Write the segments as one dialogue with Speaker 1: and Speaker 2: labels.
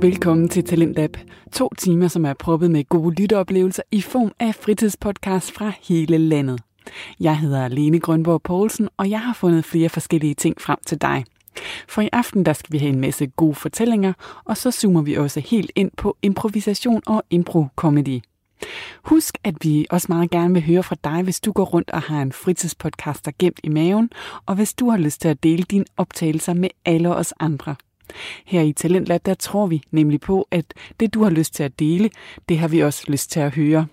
Speaker 1: Velkommen til Talentlab. To timer, som er proppet med gode lytteoplevelser i form af fritidspodcast fra hele landet. Jeg hedder Lene Grønborg Poulsen, og jeg har fundet flere forskellige ting frem til dig. For i aften der skal vi have en masse gode fortællinger, og så zoomer vi også helt ind på improvisation og impro-comedy. Husk, at vi også meget gerne vil høre fra dig, hvis du går rundt og har en fritidspodcaster gemt i maven, og hvis du har lyst til at dele dine optagelser med alle os andre. Her i Talentlab, der tror vi nemlig på, at det du har lyst til at dele, det har vi også lyst til at høre.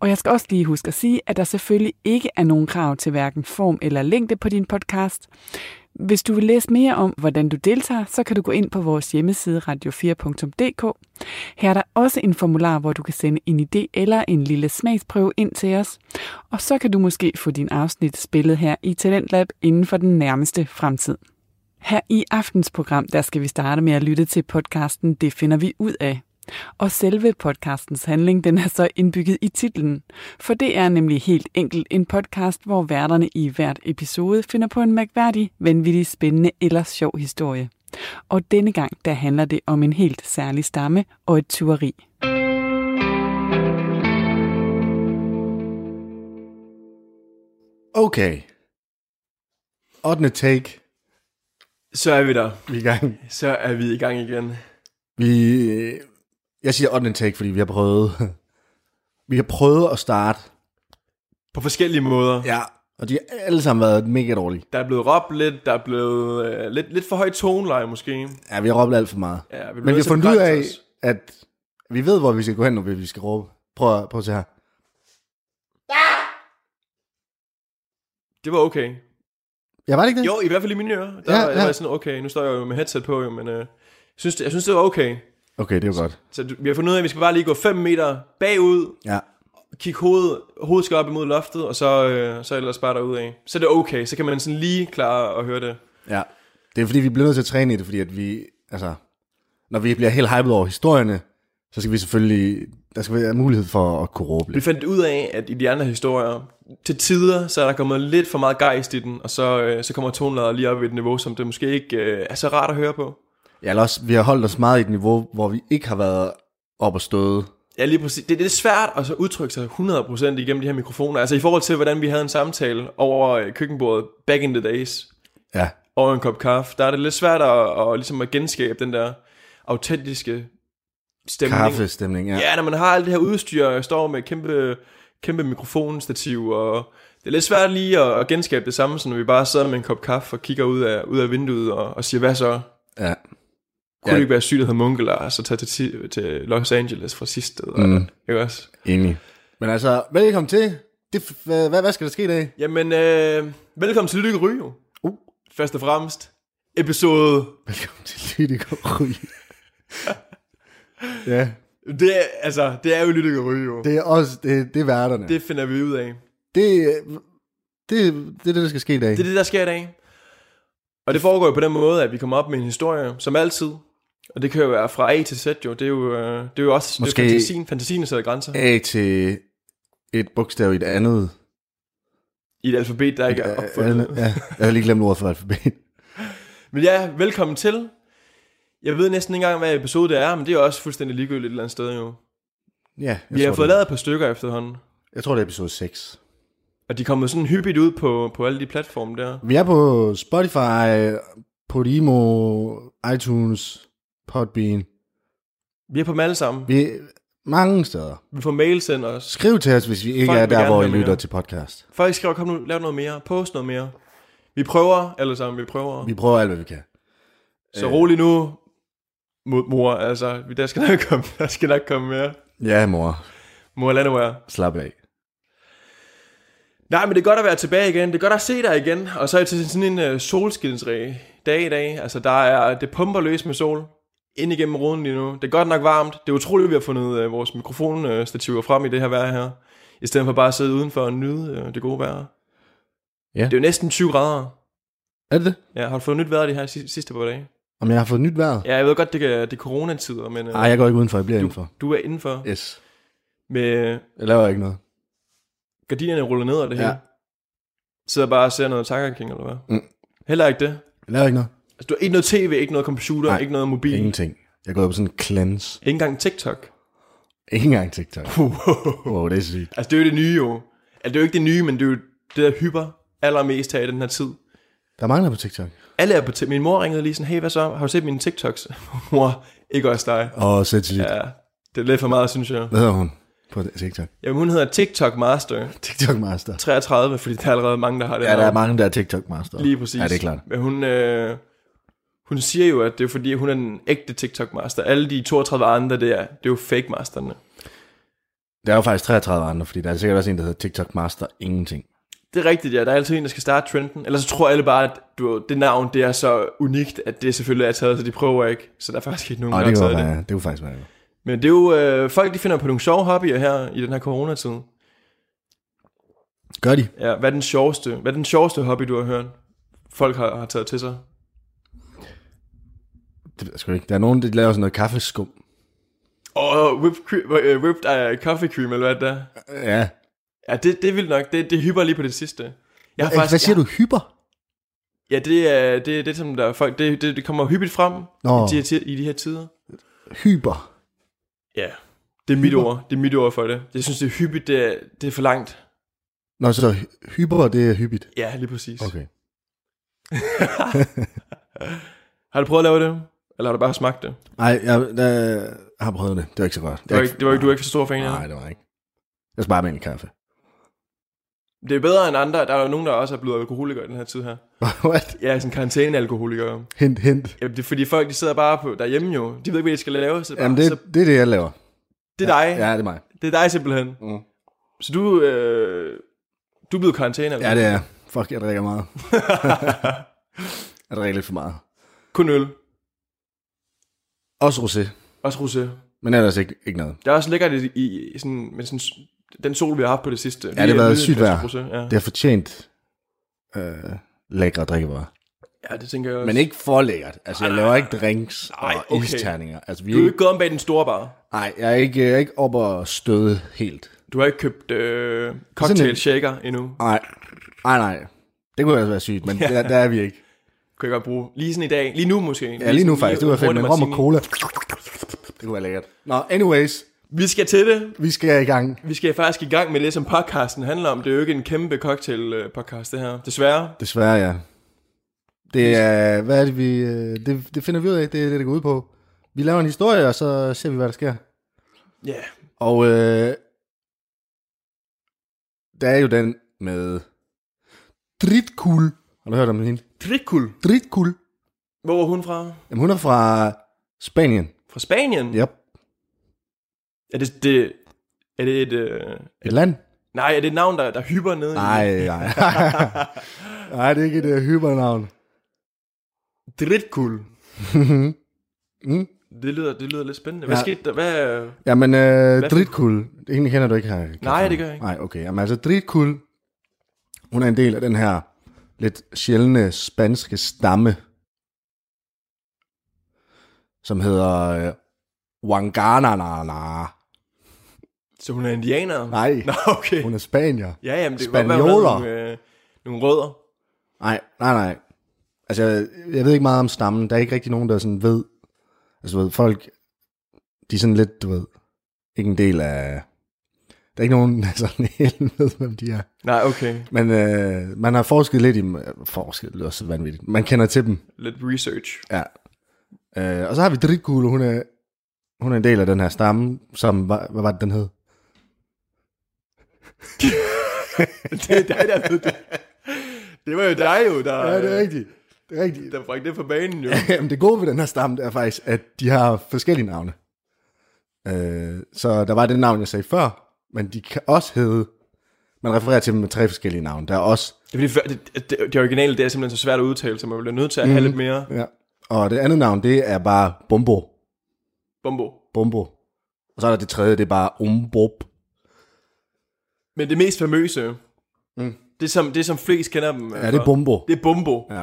Speaker 1: Og jeg skal også lige huske at sige, at der selvfølgelig ikke er nogen krav til hverken form eller længde på din podcast. Hvis du vil læse mere om, hvordan du deltager, så kan du gå ind på vores hjemmeside radio4.dk. Her er der også en formular, hvor du kan sende en idé eller en lille smagsprøve ind til os. Og så kan du måske få din afsnit spillet her i Talentlab inden for den nærmeste fremtid. Her i aftens program, der skal vi starte med at lytte til podcasten Det finder vi ud af. Og selve podcastens handling, den er så indbygget i titlen. For det er nemlig helt enkelt en podcast, hvor værterne i hvert episode finder på en mærkværdig, vanvittig, spændende eller sjov historie. Og denne gang, der handler det om en helt særlig stamme og et tyveri.
Speaker 2: Okay. 8. take.
Speaker 3: Så er vi der.
Speaker 2: Vi er i gang.
Speaker 3: Så er vi i gang igen.
Speaker 2: Vi, øh, jeg siger 8. take, fordi vi har prøvet. Vi har prøvet at starte.
Speaker 3: På forskellige måder.
Speaker 2: Ja. Og de har alle sammen været mega dårlige.
Speaker 3: Der er blevet råbt lidt, der er blevet øh, lidt, lidt for høj toneleje måske.
Speaker 2: Ja, vi har råbt alt for meget.
Speaker 3: Ja, vi bliver
Speaker 2: Men vi
Speaker 3: nødt
Speaker 2: har
Speaker 3: til at
Speaker 2: fundet ud af,
Speaker 3: begrænse
Speaker 2: at vi ved, hvor vi skal gå hen, når vi skal råbe. Prøv, at- prøv at se her.
Speaker 3: Det var okay.
Speaker 2: Ja, var det ikke det?
Speaker 3: Jo, i hvert fald i mine ører. Der
Speaker 2: Ja,
Speaker 3: ja, var,
Speaker 2: ja.
Speaker 3: ja. var sådan, okay, nu står jeg jo med headset på, jo, men øh, jeg, synes, det, jeg synes, det var okay.
Speaker 2: Okay, det var godt.
Speaker 3: Så du- vi har fundet ud af, at vi skal bare lige gå 5 meter bagud,
Speaker 2: Ja.
Speaker 3: kigge hovedet, hovedet skal op imod loftet, og så, øh, så ellers bare derud af. Så er det okay, så kan man sådan lige klare at høre det.
Speaker 2: Ja. Det er fordi, vi bliver nødt til at træne i det, fordi at vi, altså, når vi bliver helt hyped over historierne, så skal vi selvfølgelig, der skal være mulighed for at kunne råbe
Speaker 3: Vi
Speaker 2: lidt.
Speaker 3: fandt ud af, at i de andre historier, til tider, så er der kommet lidt for meget gejst i den, og så, øh, så kommer tonelader lige op i et niveau, som det måske ikke øh, er så rart at høre på.
Speaker 2: Ja, eller også, vi har holdt os meget i et niveau, hvor vi ikke har været op og støde.
Speaker 3: Ja, lige præcis. Det, det er svært at så udtrykke sig 100% igennem de her mikrofoner. Altså i forhold til, hvordan vi havde en samtale over øh, køkkenbordet back in the days,
Speaker 2: Ja,
Speaker 3: over en kop kaffe, der er det lidt svært at, at, ligesom at genskabe den der autentiske stemning.
Speaker 2: kaffestemning, ja.
Speaker 3: Ja, når man har alt det her udstyr, og står med kæmpe, kæmpe mikrofonstativ, og det er lidt svært lige at, at genskabe det samme, som når vi bare sidder med en kop kaffe og kigger ud af, ud af vinduet og, og siger, hvad så?
Speaker 2: ja.
Speaker 3: Kunne
Speaker 2: Ja.
Speaker 3: ja. det ikke være sygt at hedde Munke Lars og tage til, ti- til Los Angeles fra sidste sted?
Speaker 2: Mm.
Speaker 3: Mm. Ikke også?
Speaker 2: Enig. Men altså, velkommen til. Det, f- hvad, hvad- hvad skal der ske i dag?
Speaker 3: Jamen, øh, velkommen til Lykke Ryge.
Speaker 2: Uh.
Speaker 3: Først og fremmest, episode...
Speaker 2: Velkommen til Lydik og Ryg. ja,
Speaker 3: Det er, altså, det er jo Lykke Ryge, jo. Det.
Speaker 2: det er også, det, det er værterne. Det,
Speaker 3: det finder vi ud af.
Speaker 2: det, det, det er det, der skal ske i dag.
Speaker 3: Det er det, der sker i dag. Og det foregår jo på den måde, at vi kommer op med en historie, som altid. Og det kan jo være fra A til Z jo. Det er jo, øh, det er jo også
Speaker 2: Måske-
Speaker 3: Måske... det er fantasien. Fantasien sætter grænser.
Speaker 2: A til et bogstav i et andet.
Speaker 3: I et alfabet, der ikke er opfundet.
Speaker 2: Ja, jeg havde lige glemt ordet for alfabet.
Speaker 3: Men ja, velkommen til. Jeg ved næsten ikke engang, hvad episode det er, men det er også fuldstændig ligegyldigt et eller andet sted jo.
Speaker 2: Ja, jeg
Speaker 3: Vi har
Speaker 2: tror, det,
Speaker 3: fået lavet et par stykker efterhånden.
Speaker 2: Jeg tror, det er episode 6.
Speaker 3: Og de kommer sådan hyppigt ud på, på alle de platforme der.
Speaker 2: Vi er på Spotify, Podimo, iTunes, Podbean.
Speaker 3: Vi er på dem alle sammen.
Speaker 2: Vi er mange steder.
Speaker 3: Vi får mails ind os.
Speaker 2: Skriv til os, hvis vi ikke
Speaker 3: Folk
Speaker 2: er
Speaker 3: vil
Speaker 2: der,
Speaker 3: gerne
Speaker 2: hvor I
Speaker 3: høre mere.
Speaker 2: lytter til podcast.
Speaker 3: Folk skriver, kom nu, lav noget mere. Post noget mere. Vi prøver alle sammen, vi prøver.
Speaker 2: Vi prøver alt, hvad vi kan.
Speaker 3: Så
Speaker 2: Øh.
Speaker 3: rolig nu, mo- mor. Altså, der skal nok komme, der skal nok komme mere.
Speaker 2: Ja, mor.
Speaker 3: Mor, lad nu være.
Speaker 2: Slap af.
Speaker 3: Nej, men det er godt at være tilbage igen. Det er godt at se dig igen. Og så er det til sådan en uh, solskinsrig dag i dag. Altså, der er, det pumper løs med sol ind igennem ruden lige nu. Det er godt nok varmt. Det er utroligt, at vi har fundet uh, vores mikrofonstativer frem i det her vejr her. I stedet for bare at sidde udenfor og nyde uh, det gode vejr.
Speaker 2: Ja.
Speaker 3: Det er jo næsten 20 grader.
Speaker 2: Er det det?
Speaker 3: Ja, har du fået nyt vejr de her si- sidste par dage?
Speaker 2: Om jeg har fået nyt vejr?
Speaker 3: Ja, jeg ved godt, det, kan, det er coronatider, men
Speaker 2: Nej,
Speaker 3: uh,
Speaker 2: jeg går ikke udenfor. Jeg bliver indenfor.
Speaker 3: du er indenfor
Speaker 2: Yes.
Speaker 3: med
Speaker 2: Jeg laver ikke noget.
Speaker 3: Gardinerne ruller ned og det
Speaker 2: Ja.
Speaker 3: ja. hele. Sidder bare og ser noget Tiger King, eller hvad?
Speaker 2: Mm.
Speaker 3: Heller ikke det.
Speaker 2: Jeg laver ikke noget.
Speaker 3: Altså, du har ikke noget tv, ikke noget computer,
Speaker 2: Nej,
Speaker 3: Nej. ikke noget mobil.
Speaker 2: Ingenting. Jeg er gået på sådan en cleanse.
Speaker 3: Ikke engang TikTok.
Speaker 2: Ikke engang TikTok. Wow, det er sygt.
Speaker 3: Altså, det er jo det nye jo. Altså, det er jo ikke det nye, men det er jo det, der hyper allermest her i den her tid.
Speaker 2: Der er mange, der er på TikTok.
Speaker 3: Alle er på t- Min mor ringede lige sådan, hey, hvad så? Har du set mine TikToks? mor, ikke også dig.
Speaker 2: Og Satilit. Ja.
Speaker 3: Ja, det er lidt for meget, synes jeg.
Speaker 2: Hvad hedder hun på TikTok?
Speaker 3: Jamen, hun hedder TikTok Master
Speaker 2: TikTok Master.
Speaker 3: 33, fordi der er allerede mange, der har det
Speaker 2: Ja, der
Speaker 3: navn.
Speaker 2: er mange, der er TikTok Master.
Speaker 3: Lige præcis.
Speaker 2: Ja, det er klart.
Speaker 3: Men hun, øh, hun siger jo, at det er fordi, hun er den ægte TikTok-master. Alle de 32 andre der, det er jo fake-masterne.
Speaker 2: Der er jo faktisk 33 andre, fordi der er sikkert også en, der hedder TikTok Master Ingenting.
Speaker 3: Det er rigtigt, ja. Der er altid en, der skal starte trenden. Ellers så tror alle bare, at du, ved, det navn det er så unikt, at det selvfølgelig er taget, så de prøver ikke. Så der er faktisk ikke nogen,
Speaker 2: Og
Speaker 3: der
Speaker 2: det
Speaker 3: har
Speaker 2: kunne
Speaker 3: taget det.
Speaker 2: være, det kunne faktisk være. det.
Speaker 3: Men det er jo, øh, folk de finder på nogle sjove hobbyer her i den her coronatid.
Speaker 2: Gør de?
Speaker 3: Ja, hvad er den sjoveste, hvad er den sjoveste hobby, du har hørt? Folk har, har taget til sig.
Speaker 2: Det ved jeg sgu ikke. Der er nogen, der laver sådan noget kaffeskum.
Speaker 3: Og whipped, cream, øh, whipped uh, coffee cream, eller hvad det er.
Speaker 2: Ja.
Speaker 3: Ja, det, det er vildt nok. Det, det hyper lige på det sidste. Jeg har
Speaker 2: Hvad siger
Speaker 3: jeg,
Speaker 2: du? Hyper?
Speaker 3: Ja, det er det, er det som der er folk... Det, det, det kommer hyppigt frem
Speaker 2: Nå.
Speaker 3: i, de her, ti- i de her tider.
Speaker 2: Hyper.
Speaker 3: Ja, det er mit
Speaker 2: Hyper.
Speaker 3: ord. Det er mit ord for det. Jeg synes, det er hyppigt. Det er, det er for langt.
Speaker 2: Nå, så hy- hyper, det er hyppigt.
Speaker 3: Ja, lige præcis.
Speaker 2: Okay.
Speaker 3: Har du prøvet at lave det? Eller har du bare smagt det?
Speaker 2: Nej, jeg, jeg, har prøvet det. Det var ikke så godt.
Speaker 3: Det var ikke, det var ikke, du er ikke så stor fan af
Speaker 2: Nej,
Speaker 3: det.
Speaker 2: det var ikke. Jeg skal bare med en kaffe.
Speaker 3: Det er bedre end andre. Der er jo nogen, der også er blevet alkoholikere i den her tid her.
Speaker 2: What?
Speaker 3: Ja, sådan karantænealkoholikere.
Speaker 2: Hint, hint.
Speaker 3: Ja, det er fordi folk, de sidder bare på derhjemme jo. De ved ikke, hvad de skal lave. Så, det er bare,
Speaker 2: Jamen, det,
Speaker 3: så
Speaker 2: det er det, jeg laver.
Speaker 3: det er dig.
Speaker 2: Ja, det er mig.
Speaker 3: Det er dig simpelthen.
Speaker 2: Mm.
Speaker 3: Så du, øh, du er blevet karantæne,
Speaker 2: Ja, det er jeg. Fuck, jeg drikker meget. jeg drikker lidt for meget.
Speaker 3: Kun øl.
Speaker 2: Også rosé,
Speaker 3: Også rosé.
Speaker 2: men ellers ikke, ikke noget.
Speaker 3: Det er også lækkert i, i, i sådan, med sådan, den sol, vi har haft på det sidste.
Speaker 2: det har været sygt vejr.
Speaker 3: Ja.
Speaker 2: Det har fortjent øh, lækre drikkevarer.
Speaker 3: ja, det tænker jeg også.
Speaker 2: Men ikke for lækkert. Altså, jeg laver ikke drinks og
Speaker 3: Ej, okay.
Speaker 2: isterninger. Altså, vi
Speaker 3: Du er
Speaker 2: er
Speaker 3: jo
Speaker 2: ikke,
Speaker 3: ikke gået om bag den store bar.
Speaker 2: nej, jeg er ikke, jeg er ikke oppe og støde helt.
Speaker 3: Du har ikke købt øh,
Speaker 2: Sådan
Speaker 3: cocktail
Speaker 2: en-
Speaker 3: shaker endnu.
Speaker 2: Nej, nej, nej. Det kunne også være sygt, men der, der er vi ikke.
Speaker 3: Kunne jeg godt bruge. Lige sådan i dag. Lige nu måske.
Speaker 2: Ja, lige nu
Speaker 3: sådan
Speaker 2: faktisk. Det var fedt,
Speaker 3: hurtig
Speaker 2: men rom og
Speaker 3: martini.
Speaker 2: cola. Det kunne være lækkert. Nå, anyways.
Speaker 3: Vi skal til det.
Speaker 2: Vi skal i gang.
Speaker 3: Vi skal faktisk i gang med det, som podcasten handler om. Det er jo ikke en kæmpe cocktail-podcast, det her. Desværre.
Speaker 2: Desværre, ja. Det er, hvad er det, vi, øh, det, det finder vi ud af, det er det, det går ud på. Vi laver en historie, og så ser vi, hvad der sker.
Speaker 3: Ja. Yeah.
Speaker 2: Og øh, der er jo den med Dritkul. Har du hørt om hende?
Speaker 3: Drikul.
Speaker 2: Dritkul.
Speaker 3: Hvor er hun fra?
Speaker 2: Jamen, hun er fra Spanien.
Speaker 3: Fra Spanien?
Speaker 2: Yep.
Speaker 3: Er det, det, er det et... Øh,
Speaker 2: Et land?
Speaker 3: nej, er det et navn, der, der hyper ned? i-
Speaker 2: Nej, nej. nej, det er ikke et uh, hybernavn.
Speaker 3: Dritkul.
Speaker 2: Mm.
Speaker 3: Det lyder, det lyder lidt spændende. Hvad
Speaker 2: Ja.
Speaker 3: ja. skete der? Hvad, øh,
Speaker 2: Jamen, øh,
Speaker 3: for-
Speaker 2: Dritkul. Egentlig kender du ikke her. Kasper.
Speaker 3: Nej, det gør jeg ikke.
Speaker 2: Nej, okay. Jamen, altså, Dritkul, hun er en del af den her lidt sjældne spanske stamme, som hedder øh, Wanganana.
Speaker 3: så hun er indianer?
Speaker 2: Nej,
Speaker 3: Nå, okay.
Speaker 2: hun er spanier.
Speaker 3: Ja, jamen, det kan godt være, hun
Speaker 2: Spanioler.
Speaker 3: havde nogle, øh, nogle rødder.
Speaker 2: Nej, nej, nej. Altså, jeg, jeg ved ikke meget om stammen. Der er ikke rigtig nogen, der sådan ved... Altså, du ved, folk... De er sådan lidt, du ved... Ikke en del af... Der er ikke nogen, der sådan helt ved, hvem de er.
Speaker 3: Nej, okay.
Speaker 2: Men øh, man har forsket lidt i dem. Øh, Forsket lyder så vanvittigt. Man kender til dem,
Speaker 3: Lidt research.
Speaker 2: ja. Øh, og så har vi Dritkugle, hun er, hun er en del af den her stamme, som... Hvad, hvad var det, den hed?
Speaker 3: Det er dig, der ved det. Det var jo dig jo, der, øh,
Speaker 2: Ja, det er rigtigt. Det er rigtigt.
Speaker 3: der bragte det på banen jo.
Speaker 2: Jamen, det gode ved den her stamme, det er faktisk, at de har forskellige navne. Øh, så der var det navn, jeg sagde før, men de kan også hedde... Man refererer til dem med tre forskellige navne. Der er også...
Speaker 3: Det, er fordi, før- det, det, det originale, det er simpelthen så svært at udtale, så man bliver nødt til at have
Speaker 2: Mhm.
Speaker 3: lidt mere
Speaker 2: Ja. Og det andet navn, det er bare Bombo.
Speaker 3: bombo.
Speaker 2: Bombo. Og så er der det tredje, det er bare Umbob.
Speaker 3: Men det mest famøse, mm. det, som, det som flest kender dem altså,
Speaker 2: Ja, det er Bombo.
Speaker 3: det er bombo.
Speaker 2: Ja.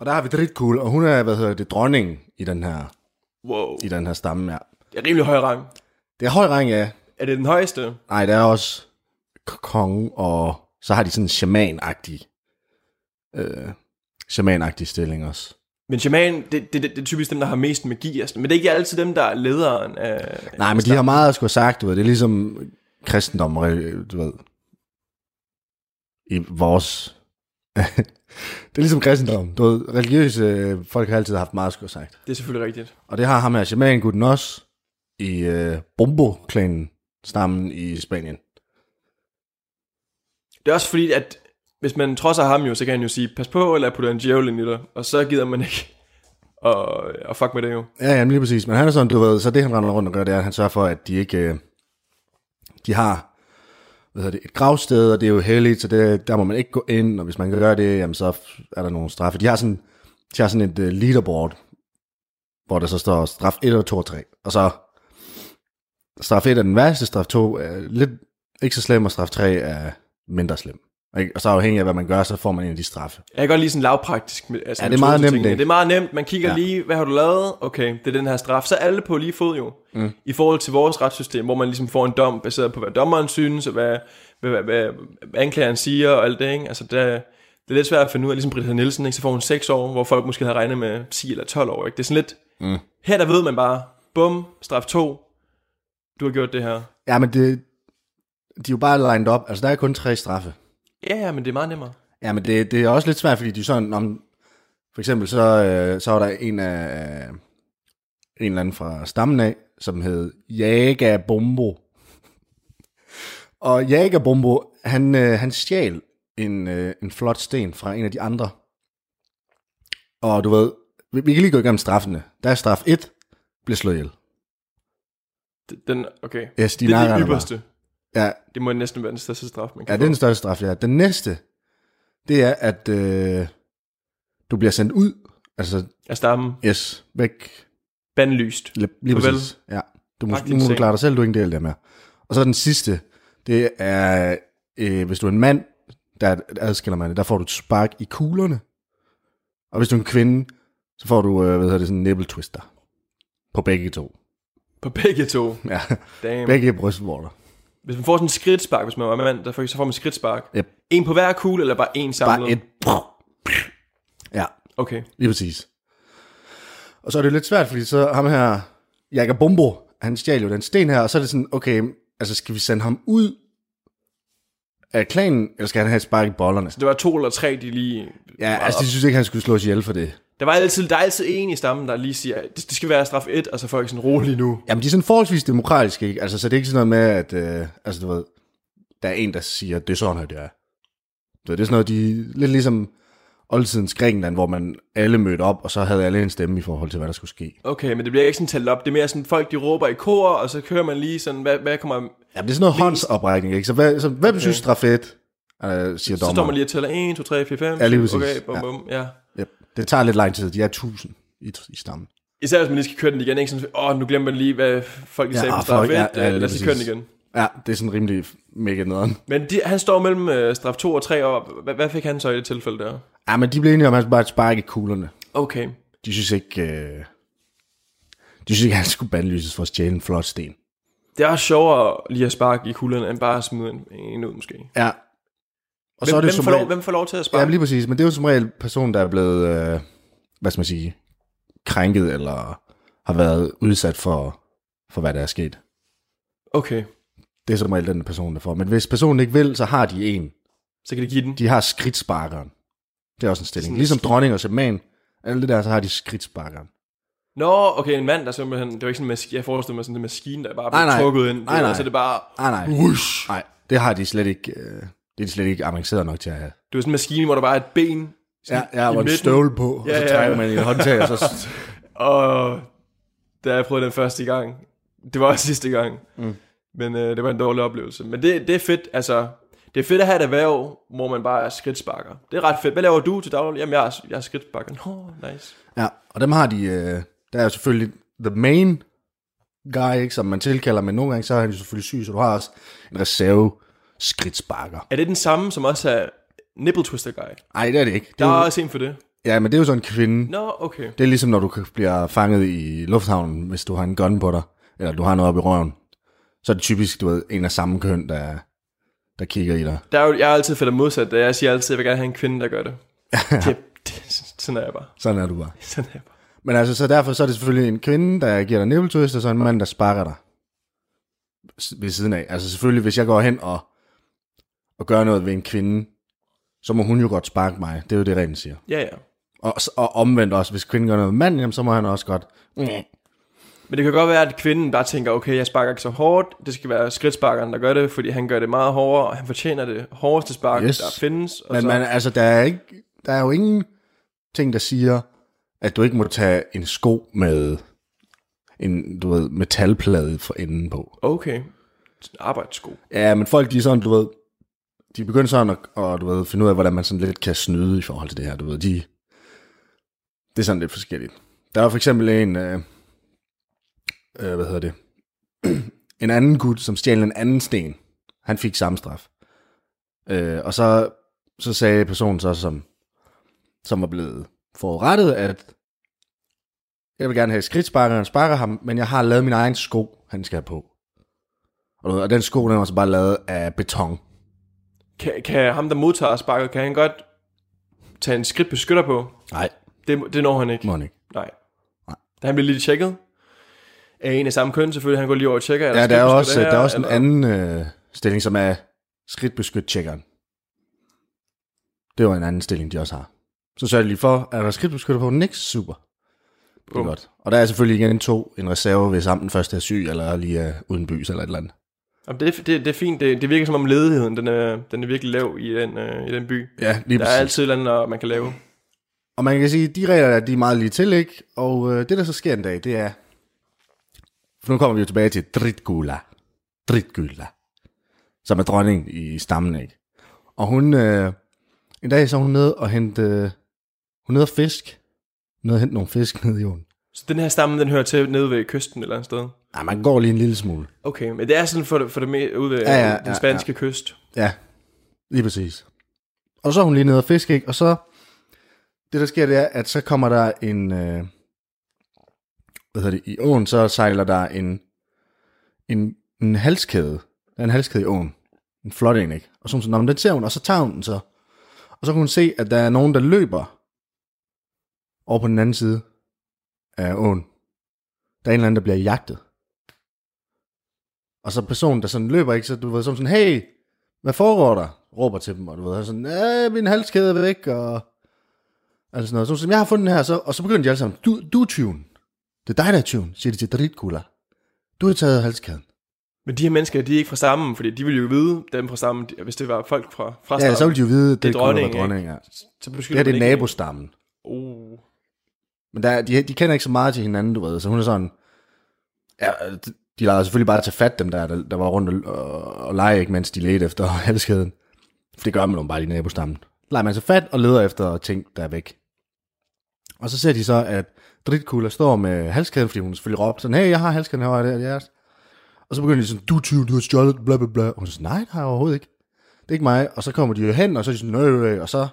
Speaker 2: Og der har vi Dritkul, og hun er, hvad hedder det, dronningen i den her,
Speaker 3: Wow.
Speaker 2: i den her stamme. Ja.
Speaker 3: Det er rimelig høj rang.
Speaker 2: Det er høj rang, ja.
Speaker 3: Er det den højeste?
Speaker 2: Nej, der er også k- konge, og så har de sådan en shaman-agtig, øh, shaman-agtig stilling også.
Speaker 3: Men shaman, det, det, det, det er typisk dem, der har mest magi. og sådan- Men det er ikke altid dem, der er lederen af...
Speaker 2: Nej, men de har meget at skulle have sagt, du ved. Det er ligesom kristendom, re- du ved. I vores... det er ligesom kristendom. Du ved, religiøse øh, folk har altid haft meget at skulle have sagt.
Speaker 3: Det er selvfølgelig rigtigt.
Speaker 2: Og det har ham her, shamangutten også, i øh, Bombo-klanen, stammen i Spanien.
Speaker 3: Det er også fordi, at hvis man trodser ham jo, så kan han jo sige, pas på, eller jeg putter en djævel ind i dig. Og så gider man ikke og, og fuck med det jo.
Speaker 2: Ja, ja, men lige præcis. Men han er sådan, du ved, så det han render rundt og gør, det er, at han sørger for, at de ikke... øh, De har hvad hedder det, et gravsted, og det er jo helligt, så det, der må man ikke gå ind, og hvis man gør det, jamen, så er der nogle straffe. De har sådan, de har sådan et øh, leaderboard, hvor der så står straf 1 og 2 og 3. Og så straf 1 er den værste, straf 2 er lidt ikke så slem, og straf 3 er mindre slem. Ikke? Og så afhængig af, hvad man gør, så får man en af de straffe.
Speaker 3: Jeg kan godt lide sådan lavpraktisk. med- Altså
Speaker 2: Ja, det er meget
Speaker 3: metode til
Speaker 2: nemt,
Speaker 3: tingene.
Speaker 2: ikke?
Speaker 3: Det er meget nemt. Man kigger ja.
Speaker 2: Ja.
Speaker 3: lige, hvad har du lavet? Okay, det er den her straf. Så er alle på lige fod jo. Mm. I forhold til vores retssystem, hvor man ligesom får en dom baseret på, hvad dommeren synes, og hvad, hvad, hvad, hvad anklageren siger og alt det. Ikke? Altså, det, er- det er lidt svært at finde ud af. Ligesom Britta Nielsen, ikke? så får hun 6 år, hvor folk måske havde regnet med 10 eller 12 år. Ikke? Det er sådan lidt... Mm. Her der ved man bare, bum, straf 2, du har gjort det her.
Speaker 2: Ja, men det, de er jo bare lined op. Altså, der er kun tre straffe.
Speaker 3: Ja, ja, men det er meget nemmere.
Speaker 2: Ja, men det, det er også lidt svært, fordi de er sådan, om, for eksempel så, øh, så var der en af, øh, en eller anden fra stammen af, som hed Jaga Bombo. Og Jaga Bombo, han, øh, han stjal en, øh, en flot sten fra en af de andre. Og du ved, vi, vi kan lige gå igennem straffene. Der er straf 1, bliver slået ihjel.
Speaker 3: D- Den, okay.
Speaker 2: Yes, de
Speaker 3: det er
Speaker 2: nakker
Speaker 3: det
Speaker 2: dig bare.
Speaker 3: ypperste.
Speaker 2: Ja,
Speaker 3: Det må næsten være den største straf, man kan
Speaker 2: Ja, det
Speaker 3: få.
Speaker 2: er den største straf, ja. Den næste, det er, at øh, du bliver sendt ud. Altså,
Speaker 3: af stammen.
Speaker 2: yes, væk.
Speaker 3: Bandlyst.
Speaker 2: Lige, lige
Speaker 3: Farvel.
Speaker 2: præcis. Ja. Du må,
Speaker 3: Pak din
Speaker 2: nu må du
Speaker 3: seng.
Speaker 2: klare dig selv, du er ikke en del af det mere. Og så den sidste, det er, øh, hvis du er en mand, der adskiller man det, der får du et spark i kuglerne. Og hvis du er en kvinde, så får du, øh, hvad hedder det, sådan en nipple twister. På begge to.
Speaker 3: På begge to.
Speaker 2: Ja,
Speaker 3: Damn.
Speaker 2: begge brystvorter.
Speaker 3: Hvis man får sådan en skridtspark, hvis man var mand, der får, så får man et skridtspark.
Speaker 2: Yep.
Speaker 3: En på hver kugle, eller bare en samlet?
Speaker 2: Bare et... Ja,
Speaker 3: Okay.
Speaker 2: Lige præcis. Og så er det jo lidt svært, fordi så ham her, Jakob Bombo, han stjal jo den sten her, og så er det sådan, okay, altså skal vi sende ham ud af klanen, eller skal han have et spark i bollerne?
Speaker 3: Det var to eller tre, de lige...
Speaker 2: Ja, altså de synes ikke, han skulle slås ihjel for det.
Speaker 3: Der, var altid, der er altid en i stammen, der lige siger, det, det skal være straf 1, og så får jeg sådan rolig nu.
Speaker 2: Jamen, de er sådan forholdsvis demokratiske, ikke? Altså, så det er ikke sådan noget med, at, øh, altså, du ved, der er en, der siger, det er sådan her, det er. Du ved, det er sådan noget, de lidt ligesom oldtidens Grækenland, hvor man alle mødte op, og så havde alle en stemme i forhold til, hvad der skulle ske.
Speaker 3: Okay, men det bliver ikke sådan talt op. Det er mere sådan, folk de råber i kor, og så kører man lige sådan, hvad, hvad kommer...
Speaker 2: Ja, men det er sådan noget håndsoprækning, ikke? Så hvad, så, hvad okay. synes straf 1, øh, siger
Speaker 3: Så står man
Speaker 2: dommeren.
Speaker 3: lige og tæller 1, 2, 3, 4, 5.
Speaker 2: Ja, lige præcis.
Speaker 3: Okay, bum,
Speaker 2: Ja.
Speaker 3: bum, ja.
Speaker 2: Yep. Det tager lidt lang tid. De er 1000 i, i stammen.
Speaker 3: Især hvis man lige skal køre den igen, ikke? Sådan, åh, nu glemmer man lige, hvad folk de
Speaker 2: Ja,
Speaker 3: sagde på
Speaker 2: ah,
Speaker 3: straf øh,
Speaker 2: fuck,
Speaker 3: 1.
Speaker 2: ja,
Speaker 3: Ja,
Speaker 2: ja,
Speaker 3: Lad os
Speaker 2: lige
Speaker 3: lige køre den
Speaker 2: præcis.
Speaker 3: igen.
Speaker 2: Ja, det er sådan rimelig mega nederen.
Speaker 3: Men de, han står mellem øh, straf 2 og 3, og hvad, hvad fik han så i det tilfælde der?
Speaker 2: Ja, men de blev enige om, at han bare sparke i kuglerne.
Speaker 3: Okay.
Speaker 2: De synes ikke, øh, de synes ikke, han skulle bandlyses for at stjæle en flot sten.
Speaker 3: Det er også sjovere lige at sparke i kuglerne, end bare at smide en, en ud måske.
Speaker 2: Ja. Og
Speaker 3: Og
Speaker 2: så
Speaker 3: hvem,
Speaker 2: er det jo
Speaker 3: hvem,
Speaker 2: som
Speaker 3: får lov,
Speaker 2: regel,
Speaker 3: hvem får lov til at
Speaker 2: Ja,
Speaker 3: sparke?
Speaker 2: men lige præcis. Men det er jo som regel person, der er blevet, øh, hvad skal man sige, krænket eller har været udsat for, for hvad der er sket.
Speaker 3: Okay,
Speaker 2: Det er som regel den person, der får. Men hvis personen ikke vil, så har de en.
Speaker 3: så kan de give den.
Speaker 2: De har skridtsparkeren. Det er også en stilling.
Speaker 3: Sådan
Speaker 2: Ligesom dronning og shaman. Alt det der, så har de skridtsparkeren.
Speaker 3: Nå, okay, en mand, der simpelthen... Det var ikke sådan en maskine... Jeg forestiller mig sådan en maskine, der bare
Speaker 2: Nej,
Speaker 3: blev
Speaker 2: nej.
Speaker 3: trukket ind.
Speaker 2: Nej, nej.
Speaker 3: Så det er bare...
Speaker 2: Ah, Nej, nej. Ush. Nej, det har de slet ikke... Øh, det er de slet ikke avanceret nok til at have.
Speaker 3: Det var sådan en maskine, hvor der bare er et ben.
Speaker 2: Ja, ja, hvor en
Speaker 3: midten.
Speaker 2: støvle på,
Speaker 3: Ja,
Speaker 2: og
Speaker 3: ja.
Speaker 2: så trækker man i et håndtag, og så...
Speaker 3: Og da jeg prøvede den første gang... Det var også sidste gang. Mm. Men øh, det var en dårlig oplevelse. Men det, det er fedt, altså... Det er fedt at have et erhverv, hvor man bare er skridtsparker. Det er ret fedt. Hvad laver du til daglig? Jamen, jeg er, jeg er skridtsparker. Nå, nice.
Speaker 2: Ja, og dem har de... Øh, der er jo selvfølgelig the main guy, ikke, som man tilkalder, men nogle gange så er han jo selvfølgelig syg, så du har også en reserve skridtsparker.
Speaker 3: Er det den samme, som også er nipple twister guy?
Speaker 2: Nej, det er det ikke. Det
Speaker 3: Der
Speaker 2: er
Speaker 3: er
Speaker 2: jo,
Speaker 3: også en for det.
Speaker 2: ja, men det er jo sådan en kvinde,
Speaker 3: Nå, okay.
Speaker 2: Det er ligesom, når du kan- bliver fanget i lufthavnen, hvis du har en gun på dig, eller du har noget op i røven. Så er det typisk, du ved, en af samme køn, der, der kigger i dig.
Speaker 3: Der er jo, jeg er altid fedt og modsat. Jeg siger altid, at jeg vil gerne have en kvinde, der gør det. det, det Sådan er jeg bare.
Speaker 2: Sådan er du bare.
Speaker 3: Sådan er jeg bare.
Speaker 2: Men altså, så derfor så er det selvfølgelig en kvinde, der giver dig nippeltøst, og så en mand, der sparker dig s- ved siden af. Altså selvfølgelig, hvis jeg går hen og, og gør noget ved en kvinde, så må hun jo godt sparke mig. Det er jo det, reglen siger.
Speaker 3: Ja, ja.
Speaker 2: Og, s- og omvendt også, hvis kvinden gør noget ved manden, jamen, så må han også godt.
Speaker 3: Men det kan godt være, at kvinden bare tænker, okay, jeg sparker ikke så hårdt, det skal være skridtsparkeren, der gør det, fordi han gør det meget hårdere, og han fortjener det hårdeste spark,
Speaker 2: Yes.
Speaker 3: yes. der findes. Og
Speaker 2: Men
Speaker 3: så,
Speaker 2: man, altså, der er, ikke, der er jo ingen ting, der siger, at du ikke må tage en sko med en, du ved, metalplade for enden på.
Speaker 3: okay, sådan arbejdssko.
Speaker 2: Ja, men folk, de er sådan, du ved, de begynder sådan at, og, du ved, finde ud af, hvordan man sådan lidt kan snyde i forhold til det her, du ved, de, det er sådan lidt forskelligt. Der var for eksempel en, øh, øh, hvad hedder det, en anden gut, som stjal en anden sten. Han fik samme straf. Øh, og så, så sagde personen så, som, som var blevet forurettet, at jeg vil gerne have skridtsparkeren, han sparker ham, men jeg har lavet min egen sko, han skal have på. Og, du ved, og den sko, den var så bare lavet af beton.
Speaker 3: Kan, kan ham, der modtager sparket, kan han godt tage en skridtbeskytter på?
Speaker 2: Nej.
Speaker 3: Det, det når han ikke.
Speaker 2: Må han ikke.
Speaker 3: Nej. Da han blev lige tjekket af en af samme køn, selvfølgelig, han går lige over og tjekker. er
Speaker 2: Ja, der er, også,
Speaker 3: skridtbeskytter
Speaker 2: der er
Speaker 3: her,
Speaker 2: også en
Speaker 3: eller-
Speaker 2: anden øh, stilling, som er skridtbeskyt-tjekkeren. Det var en anden stilling, de også har. Så sørger de lige for, er der skridtbeskytter på? Nix, super. Det er
Speaker 3: Bum.
Speaker 2: godt. Og der er selvfølgelig igen to, en reserve, hvis sammen den første er syg, eller lige er uden bys, eller et eller andet.
Speaker 3: Jamen, det, er- det, det er fint, det, det virker som om ledigheden, den er, den er virkelig lav i den, øh, i den by.
Speaker 2: Ja, lige
Speaker 3: Der
Speaker 2: præcis.
Speaker 3: er altid et eller andet, man kan lave.
Speaker 2: Og man kan sige, at de regler der, de er meget lige til, ikke? Og øh, det, der så sker en dag, det er... For nu kommer vi jo tilbage til Dritgula. Dritgula. Som er dronning i stammen, ikke? Og hun... Øh, en dag så er hun nede og hente... Øh, hun er nede og fisk. Hun er nede og hente nogle fisk nede i åen.
Speaker 3: Så den her stamme, den hører til nede ved kysten eller et sted.
Speaker 2: Ej, man går lige en lille smule.
Speaker 3: Okay, men det er sådan for det, for det med, ude ved
Speaker 2: Ja,
Speaker 3: ja,
Speaker 2: ja,
Speaker 3: ja, den
Speaker 2: ja,
Speaker 3: spanske ja, kyst.
Speaker 2: Ja, lige præcis. Og så er hun lige nede og fiske, ikke? Og så, det der sker, det er, at så kommer der en, øh, hvad hedder det, i åen, så sejler der en, en, en halskæde. Der er en halskæde i åen. En flot en, ikke? Og så er hun sådan, "Nå, men den ser hun, og så tager hun den så. Og så kan hun se, at der er nogen, der løber over på den anden side af åen. Der er en eller anden, der bliver jagtet. Og så personen, der sådan løber, ikke? Så du ved, som sådan, hey, hvad foregår der? Råber til dem, og du ved, han er sådan, "Øh, min halskæde er væk, og altså sådan noget. Så som jeg har fundet den her, så, og så begynder de alle sammen, du, du er tyven. Det er dig, der er tyven, siger de til dritkula. Du har taget halskæden.
Speaker 3: Men de her mennesker, de er ikke fra stammen, fordi de ville jo vide, dem fra stammen, de- hvis det var folk fra, fra
Speaker 2: Ja,
Speaker 3: stammen,
Speaker 2: så vil de jo vide, at det, det er
Speaker 3: dronningen,
Speaker 2: dronning, dronninger.
Speaker 3: så
Speaker 2: Det
Speaker 3: beskylder
Speaker 2: her det er
Speaker 3: man ikke-
Speaker 2: nabostammen.
Speaker 3: Oh.
Speaker 2: Men der, er- de, de kender ikke så meget til hinanden, du ved. Så hun er sådan... Ja, de- de lader selvfølgelig bare tage fat dem, der, der, der var rundt og, og, og lege, ikke, mens de ledte efter halskæden. For det gør man jo bare i nabostammen. Leger man så fat og leder efter ting, der er væk. Og så ser de så, at dritkugler står med halskæden, fordi hun selvfølgelig råbte sådan, hey, jeg har halskæden her, og det er jeres. Og så begynder de sådan, du er tyv, du har stjålet, bla bla bla. Og hun siger, nej, det har jeg overhovedet ikke. Det er ikke mig. Og så kommer de jo hen, og så er de sådan, nej, nej, nej. og så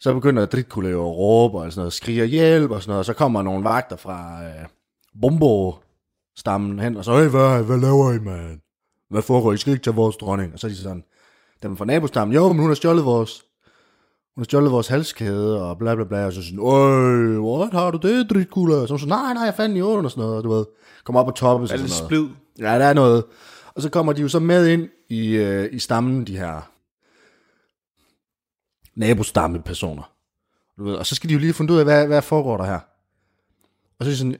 Speaker 2: så begynder Dritkulle jo at råbe og sådan noget, skriger hjælp og sådan noget, og så kommer nogle vagter fra øh, Bombo-stammen hen, og så, hey, hvad, hvad laver I, mand? Hvad foregår I? I skal ikke tage vores dronning. Og så er de sådan, dem fra nabostammen, jo, men hun har stjålet vores, hun har stjålet vores halskæde, og bla bla bla, og så sådan, øj, what har du det, Dritkulle? Og så er hun sådan, nej, nej, jeg fandt den i åen og sådan noget, og du ved, kommer op på toppen og
Speaker 3: Er
Speaker 2: sådan noget.
Speaker 3: det splid?
Speaker 2: Ja, der er noget. Og så kommer de jo så med ind i, øh, i stammen, de her nabostammepersoner. Du ved, og så skal de jo lige finde ud af, hvad, hvad foregår der her. Og så er de sådan,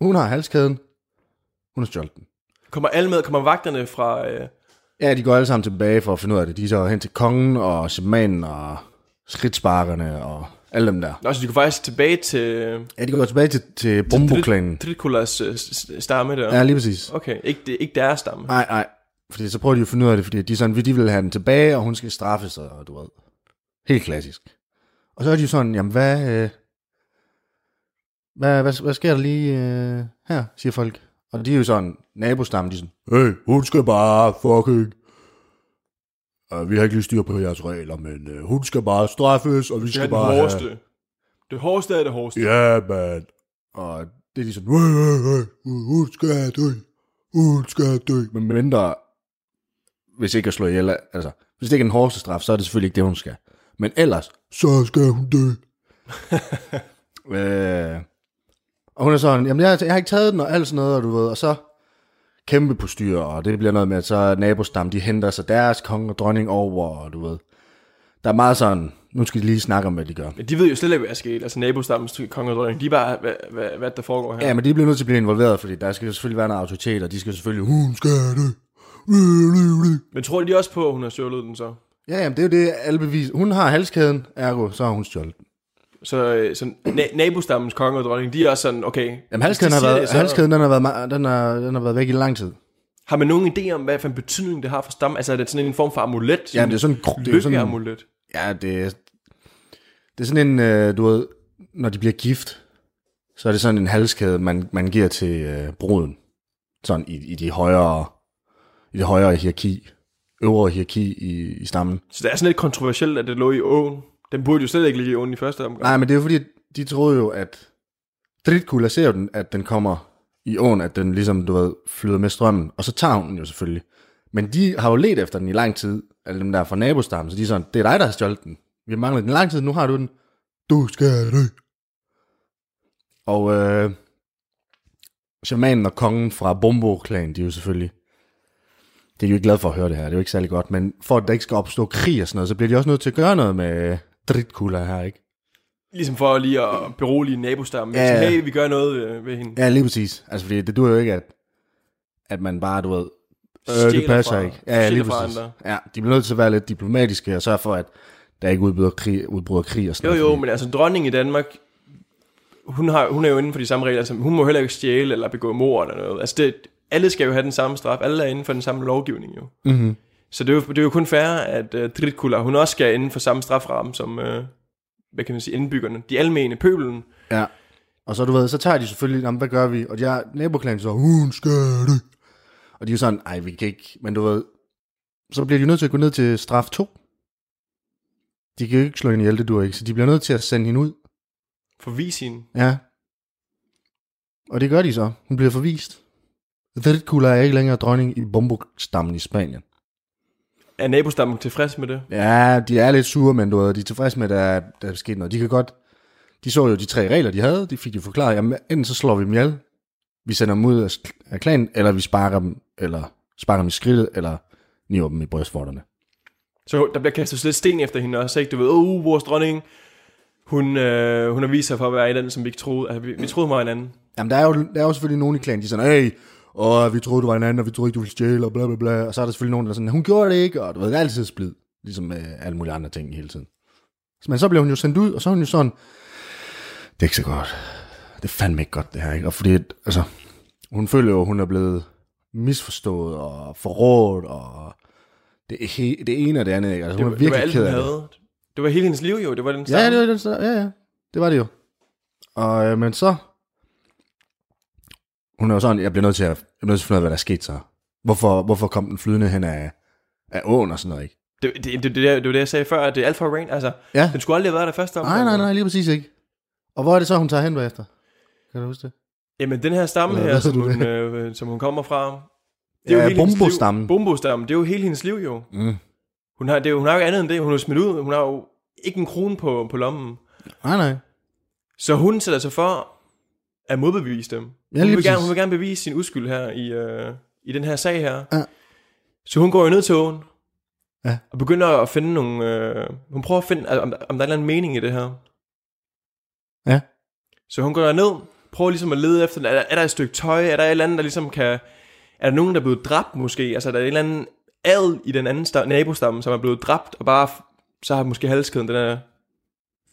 Speaker 2: hun har halskæden, hun har stjålet den.
Speaker 3: Kommer alle med? Kommer vagterne fra... Øh,
Speaker 2: Ja, de går alle sammen tilbage for at finde ud af det. De er så hen til kongen og shamanen og skridtsparkerne og alle dem der.
Speaker 3: Nå, så de går faktisk tilbage til
Speaker 2: Ja, de går tilbage til, til bomboklanen.
Speaker 3: Trikulas øh, s- s- stamme der.
Speaker 2: Ja, lige præcis.
Speaker 3: Okay, ikke, det, ikke deres stamme.
Speaker 2: Nej, nej. Fordi så prøver de jo at finde ud af det, fordi de er sådan, de vil have den tilbage, og hun skal straffe sig, og du ved. Helt klassisk. Og så er de jo sådan, jamen hvad, øh, hvad, hvad, hvad sker der lige øh, her, siger folk. Og de er jo sådan, nabostammen, de er sådan, hey, hun skal bare fucking, uh, vi har ikke lige styr på jeres regler, men uh, hun skal bare straffes, og vi
Speaker 3: Det
Speaker 2: skal
Speaker 3: er den
Speaker 2: bare have-
Speaker 3: hårdeste. Det hårdeste er det hårdeste.
Speaker 2: Ja, mand. Og det er de sådan, hey, hey, hey, hun skal dø, hun skal dø. Men mindre, hvis ikke at slå ihjel, altså, hvis det ikke er den hårdeste straf, så er det selvfølgelig ikke det, hun skal. Men ellers, så skal hun dø. øh, og hun er sådan, jamen jeg, har- jeg har ikke taget den og alt sådan noget, og du ved, og så kæmpe på styr, og det bliver noget med, at så nabostammen, de henter sig deres konge og dronning over, og du ved. Der er meget sådan, nu skal de lige snakke om, hvad de gør.
Speaker 3: Men de ved jo slet ikke, hvad der er sket. Altså nabostammens konge og dronning, de er bare, hvad, hvad, hvad der foregår her.
Speaker 2: Ja, men de bliver nødt til at blive involveret, fordi der skal jo selvfølgelig være en autoritet, og de skal selvfølgelig, hun skal det.
Speaker 3: Men tror de også på, at hun har stjålet den så?
Speaker 2: Ja, jamen det er jo det, alle bevis. Hun har halskæden, ergo, så har hun stjålet den.
Speaker 3: Så, øh, så na- nabostammens konge og dronning, de er også sådan, okay...
Speaker 2: Jamen halskæden, har
Speaker 3: hvis de siger
Speaker 2: været,
Speaker 3: det, så-
Speaker 2: halskæden den, har været, ma- den, har, den har været væk i lang tid.
Speaker 3: Har man nogen idé om, hvad for en betydning det har for stammen? Altså er det sådan en form for amulet?
Speaker 2: Jamen, det er sådan en gro- det er jo sådan en-
Speaker 3: lykkeamulet.
Speaker 2: Ja, det er, det er sådan en, øh, du ved, når de bliver gift, så er det sådan en halskæde, man, man giver til øh, bruden. Sådan i, i, de højere, i det højere hierarki, øvre hierarki i, i stammen.
Speaker 3: Så det er sådan lidt kontroversielt, at det lå i åen. Den burde jo slet ikke ligge i åen i første omgang.
Speaker 2: Nej, men det er jo fordi, de troede jo, at Dritkula ser jo den, at den kommer i åen, at den ligesom, du ved, flyder med strømmen, og så tager hun den jo selvfølgelig. Men de har jo let efter den i lang tid, alle dem der er fra nabostammen, så de er sådan, det er dig, der har stjålet den. Vi har manglet den i lang tid, nu har du den. Du skal dø. Og øh, shamanen og kongen fra Bombo-klanen, de er jo selvfølgelig, det er de jo ikke glade for at høre det her, det er jo ikke særlig godt, men for at der ikke skal opstå krig og sådan noget, så bliver de også nødt til at gøre noget med Dritkula her, ikke?
Speaker 3: Ligesom for lige at berolige nabostammen.
Speaker 2: Ja,
Speaker 3: Ja, ja.
Speaker 2: ja.
Speaker 3: Hey, vi gør noget ved, ved hende.
Speaker 2: Ja, lige præcis. Altså, fordi det duer jo ikke, at, at man bare, du ved, øh, det
Speaker 3: Stjæler
Speaker 2: passer
Speaker 3: fra-
Speaker 2: ikke. Ja, ja, lige
Speaker 3: stjæler fra
Speaker 2: præcis.
Speaker 3: andre.
Speaker 2: Ja, de bliver nødt til at være lidt diplomatiske og sørge for, at der ikke udbryder krig, udbryder krig og sådan
Speaker 3: Jo,
Speaker 2: noget.
Speaker 3: jo,
Speaker 2: fordi-
Speaker 3: men altså dronning i Danmark, hun, har, hun er jo inden for de samme regler. Altså, hun må heller ikke stjæle eller begå mord eller noget. Altså, det, alle skal jo have den samme straf. Alle er inden for den samme lovgivning jo. Mm-hmm.
Speaker 2: Mhm.
Speaker 3: Så det er jo, det er jo kun fair, at uh, Dritkula, hun også skal inden for samme straframme som, uh, hvad kan man sige, indbyggerne. De almene, pøbelen.
Speaker 2: Ja. Og så, du ved, så tager de selvfølgelig, "Nå, men hvad gør vi? Og de har naboklagen så, hun skal det. Og de er jo sådan, nej, vi kan ikke, men du ved, så bliver de nødt til at gå ned til straf 2. De kan jo ikke slå hende ihjel, det duer ikke, så de bliver nødt til at sende hende ud.
Speaker 3: Forvis hende.
Speaker 2: Ja. Og det gør de så. Hun bliver forvist. Vedkula er ikke længere dronning i Bombuk-stammen i Spanien.
Speaker 3: Er nabostammen tilfreds med det?
Speaker 2: Ja, de er lidt sure, men du ved, de er tilfredse med, at der, der er sket noget. De kan godt... De så jo de tre regler, de havde. De fik jo forklaret, jamen enten så slår vi dem ihjel, vi sender dem ud af- af klanen, eller vi sparker dem, eller sparker dem i skridtet, eller niver dem i brystvorterne.
Speaker 3: Så der bliver kastet lidt sten efter hende også, ikke? Du ved, åh, oh, vores dronning, hun, øh, hun har vist sig for at være i den, som vi ikke troede. Altså, vi, vi troede mig hinanden.
Speaker 2: Jamen, der er jo, der er jo selvfølgelig nogen i klanen, de er sådan, hey, og vi troede, du var en anden, og vi troede ikke, du ville stjæle, og bla bla bla. Og så er der selvfølgelig nogen, der er sådan, hun gjorde det ikke, og du ved, det er altid splid. Ligesom med alle mulige andre ting hele tiden. Så- Men så blev hun jo sendt ud, og så er hun jo sådan, det er ikke så godt. Det er fandme ikke godt, det her, ikke? Og fordi, altså, hun føler jo, hun er blevet misforstået og forrådt, og det, he- det ene og det andet, ikke? Altså, hun er
Speaker 3: det var
Speaker 2: virkelig
Speaker 3: alt,
Speaker 2: ked
Speaker 3: hun
Speaker 2: af det.
Speaker 3: havde. Det var hele hendes liv jo, det var den
Speaker 2: Ja,
Speaker 3: samme.
Speaker 2: ja, det var den samme. Ja, ja. Det var det jo. Og, øh, men så... Hun er jo sådan, jeg bliver nødt til at, jeg bliver nødt til at finde ud af, hvad der er sket så. Hvorfor, hvorfor kom den flydende hen af, af åen og sådan noget, ikke?
Speaker 3: Det, det, det, det, det, det var det, jeg sagde før, at det er alt for rain. Altså,
Speaker 2: Ja.
Speaker 3: den skulle aldrig have været der første omgang.
Speaker 2: Nej, nej, nej, lige præcis ikke. Og hvor er det så, hun tager hen bagefter? Kan du huske det?
Speaker 3: Jamen, den her stamme
Speaker 2: Eller
Speaker 3: her,
Speaker 2: hvad
Speaker 3: som
Speaker 2: hedder
Speaker 3: hun, øh, som hun kommer fra, det er
Speaker 2: Ja,
Speaker 3: jo hele hendes
Speaker 2: Bombo-stammen.
Speaker 3: liv. Bombo-stammen. Det er jo hele hendes liv jo.
Speaker 2: Mm.
Speaker 3: Hun har, det er jo, hun har jo ikke andet end det. Hun er jo smidt ud. Hun har jo ikke en krone på, på lommen.
Speaker 2: Nej, nej.
Speaker 3: Så hun sætter sig for at modbevise dem.
Speaker 2: Ja,
Speaker 3: hun,
Speaker 2: lige
Speaker 3: vil gerne,
Speaker 2: præcis.
Speaker 3: hun vil gerne bevise sin uskyld her i, øh, i den her sag her.
Speaker 2: Ja.
Speaker 3: Så hun går jo ned til åen.
Speaker 2: Ja.
Speaker 3: Og begynder at finde nogle... Øh, hun prøver at finde, al- om, der- om der er en eller anden mening i det her.
Speaker 2: Ja.
Speaker 3: Så hun går ned, prøver ligesom at lede efter, er der, er der et stykke tøj, er der et eller andet, der ligesom kan... Er der nogen, der er blevet dræbt måske? Altså, er der en eller anden adel i den anden sta- nabostamme, som er blevet dræbt, og bare f- så har måske halskæden, den er,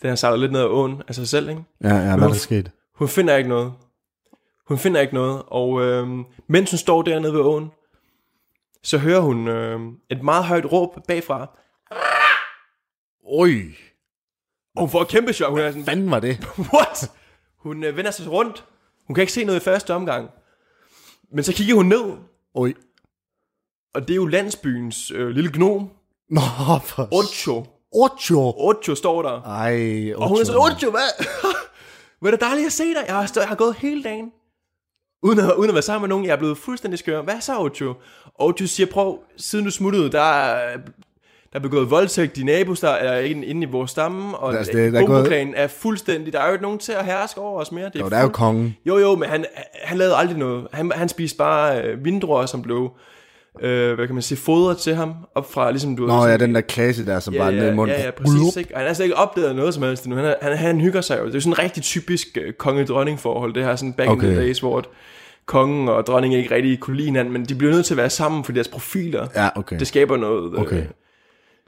Speaker 3: den er sejlet lidt ned ad åen af sig selv, ikke?
Speaker 2: Ja, ja, hvad
Speaker 3: hun-
Speaker 2: der er sket?
Speaker 3: Hun finder ikke noget. Hun finder ikke noget, og øh, mens hun står dernede ved åen, så hører hun øh, et meget højt råb bagfra,
Speaker 2: Oj,
Speaker 3: og hun får et kæmpe chok. Hun er sådan,
Speaker 2: fanden var det?
Speaker 3: what? Hun øh, vender sig rundt. Hun kan ikke se noget i første omgang. Men så kigger hun ned,
Speaker 2: Oj.
Speaker 3: og det er jo landsbyens øh, lille gnom,
Speaker 2: Nå, for...
Speaker 3: Ocho.
Speaker 2: Ocho.
Speaker 3: Ocho står der.
Speaker 2: Ej, Ocho.
Speaker 3: Og hun er sådan, Ocho, hvad? Hvor er det dejligt at se dig. Jeg har, stå, jeg har gået hele dagen. Uden at, uden at være sammen med nogen, jeg er blevet fuldstændig skør. Hvad så, Ocho? Ocho siger, prøv, siden du smuttede, der, er- Der er begået voldtægt i nabos, der er inde, inde i vores stamme, og
Speaker 2: Altså,
Speaker 3: altså,
Speaker 2: det-
Speaker 3: det,
Speaker 2: der er gået-
Speaker 3: der er fuldstændig... Der er jo ikke nogen til at herske over os mere. Det
Speaker 2: Jo, der er jo
Speaker 3: fuld-
Speaker 2: kongen.
Speaker 3: jo, jo, men han, han lavede aldrig noget. Han, han spiste bare øh, vindruer, som blev, øh, hvad kan man sige, fodret til ham, op fra ligesom du...
Speaker 2: Nå
Speaker 3: sådan-
Speaker 2: ja, den der klasse der, som bare er ned i munden.
Speaker 3: Ja, ja, præcis. Ikke? Og han har slet ikke opdaget noget som helst nu. Han, er- han, han hygger sig jo. Det er jo sådan et rigtig typisk øh, konge-dronning-forhold. Det her sådan back okay. in
Speaker 2: Okay.
Speaker 3: the days, hvor at kongen og dronningen ikke rigtig kunne lide hinanden, men de bliver nødt til at være sammen for deres profiler.
Speaker 2: Ja, okay.
Speaker 3: Det skaber noget,
Speaker 2: Okay.
Speaker 3: øh,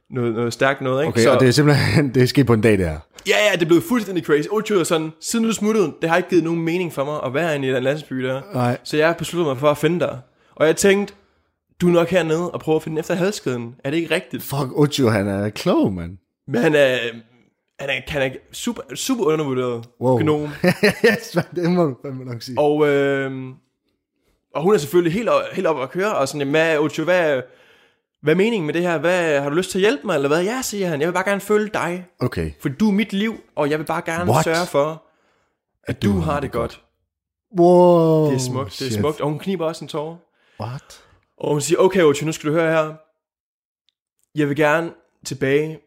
Speaker 3: noget, noget stærkt noget. Ikke?
Speaker 2: Okay, så... og det er simpelthen, det er sket på en dag, det her.
Speaker 3: Ja, ja, det blev fuldstændig crazy. Ultjød er sådan, siden du smuttede, det har ikke givet nogen mening for mig at være inde i den landsby der.
Speaker 2: Nej.
Speaker 3: Så jeg besluttede mig for at finde dig. Og jeg tænkte, du er nok hernede og prøver at finde efter halskeden. Er det ikke rigtigt?
Speaker 2: Fuck, Ocho, han er klog, mand.
Speaker 3: Men han er, han er, han er super, super undervurderet
Speaker 2: Wow.
Speaker 3: gnom.
Speaker 2: yes, man, det må du fandme nok sige.
Speaker 3: Og, øh, og hun er selvfølgelig helt, op- helt op at køre, og sådan, "Jamen, hvad, Ocho, hvad, hvad er meningen med det her? Hvad, har du lyst til at hjælpe mig, eller hvad? Ja, siger han, jeg vil bare gerne følge dig,
Speaker 2: Okay.
Speaker 3: for du er mit liv, og jeg vil bare gerne
Speaker 2: What?
Speaker 3: sørge for, at du har det godt. Oh,
Speaker 2: Wow.
Speaker 3: Det er smukt, det er
Speaker 2: shit.
Speaker 3: smukt. Og hun kniber også en tårer.
Speaker 2: What?
Speaker 3: Og hun siger, okay Ocho, nu skal du høre her. Jeg vil gerne tilbage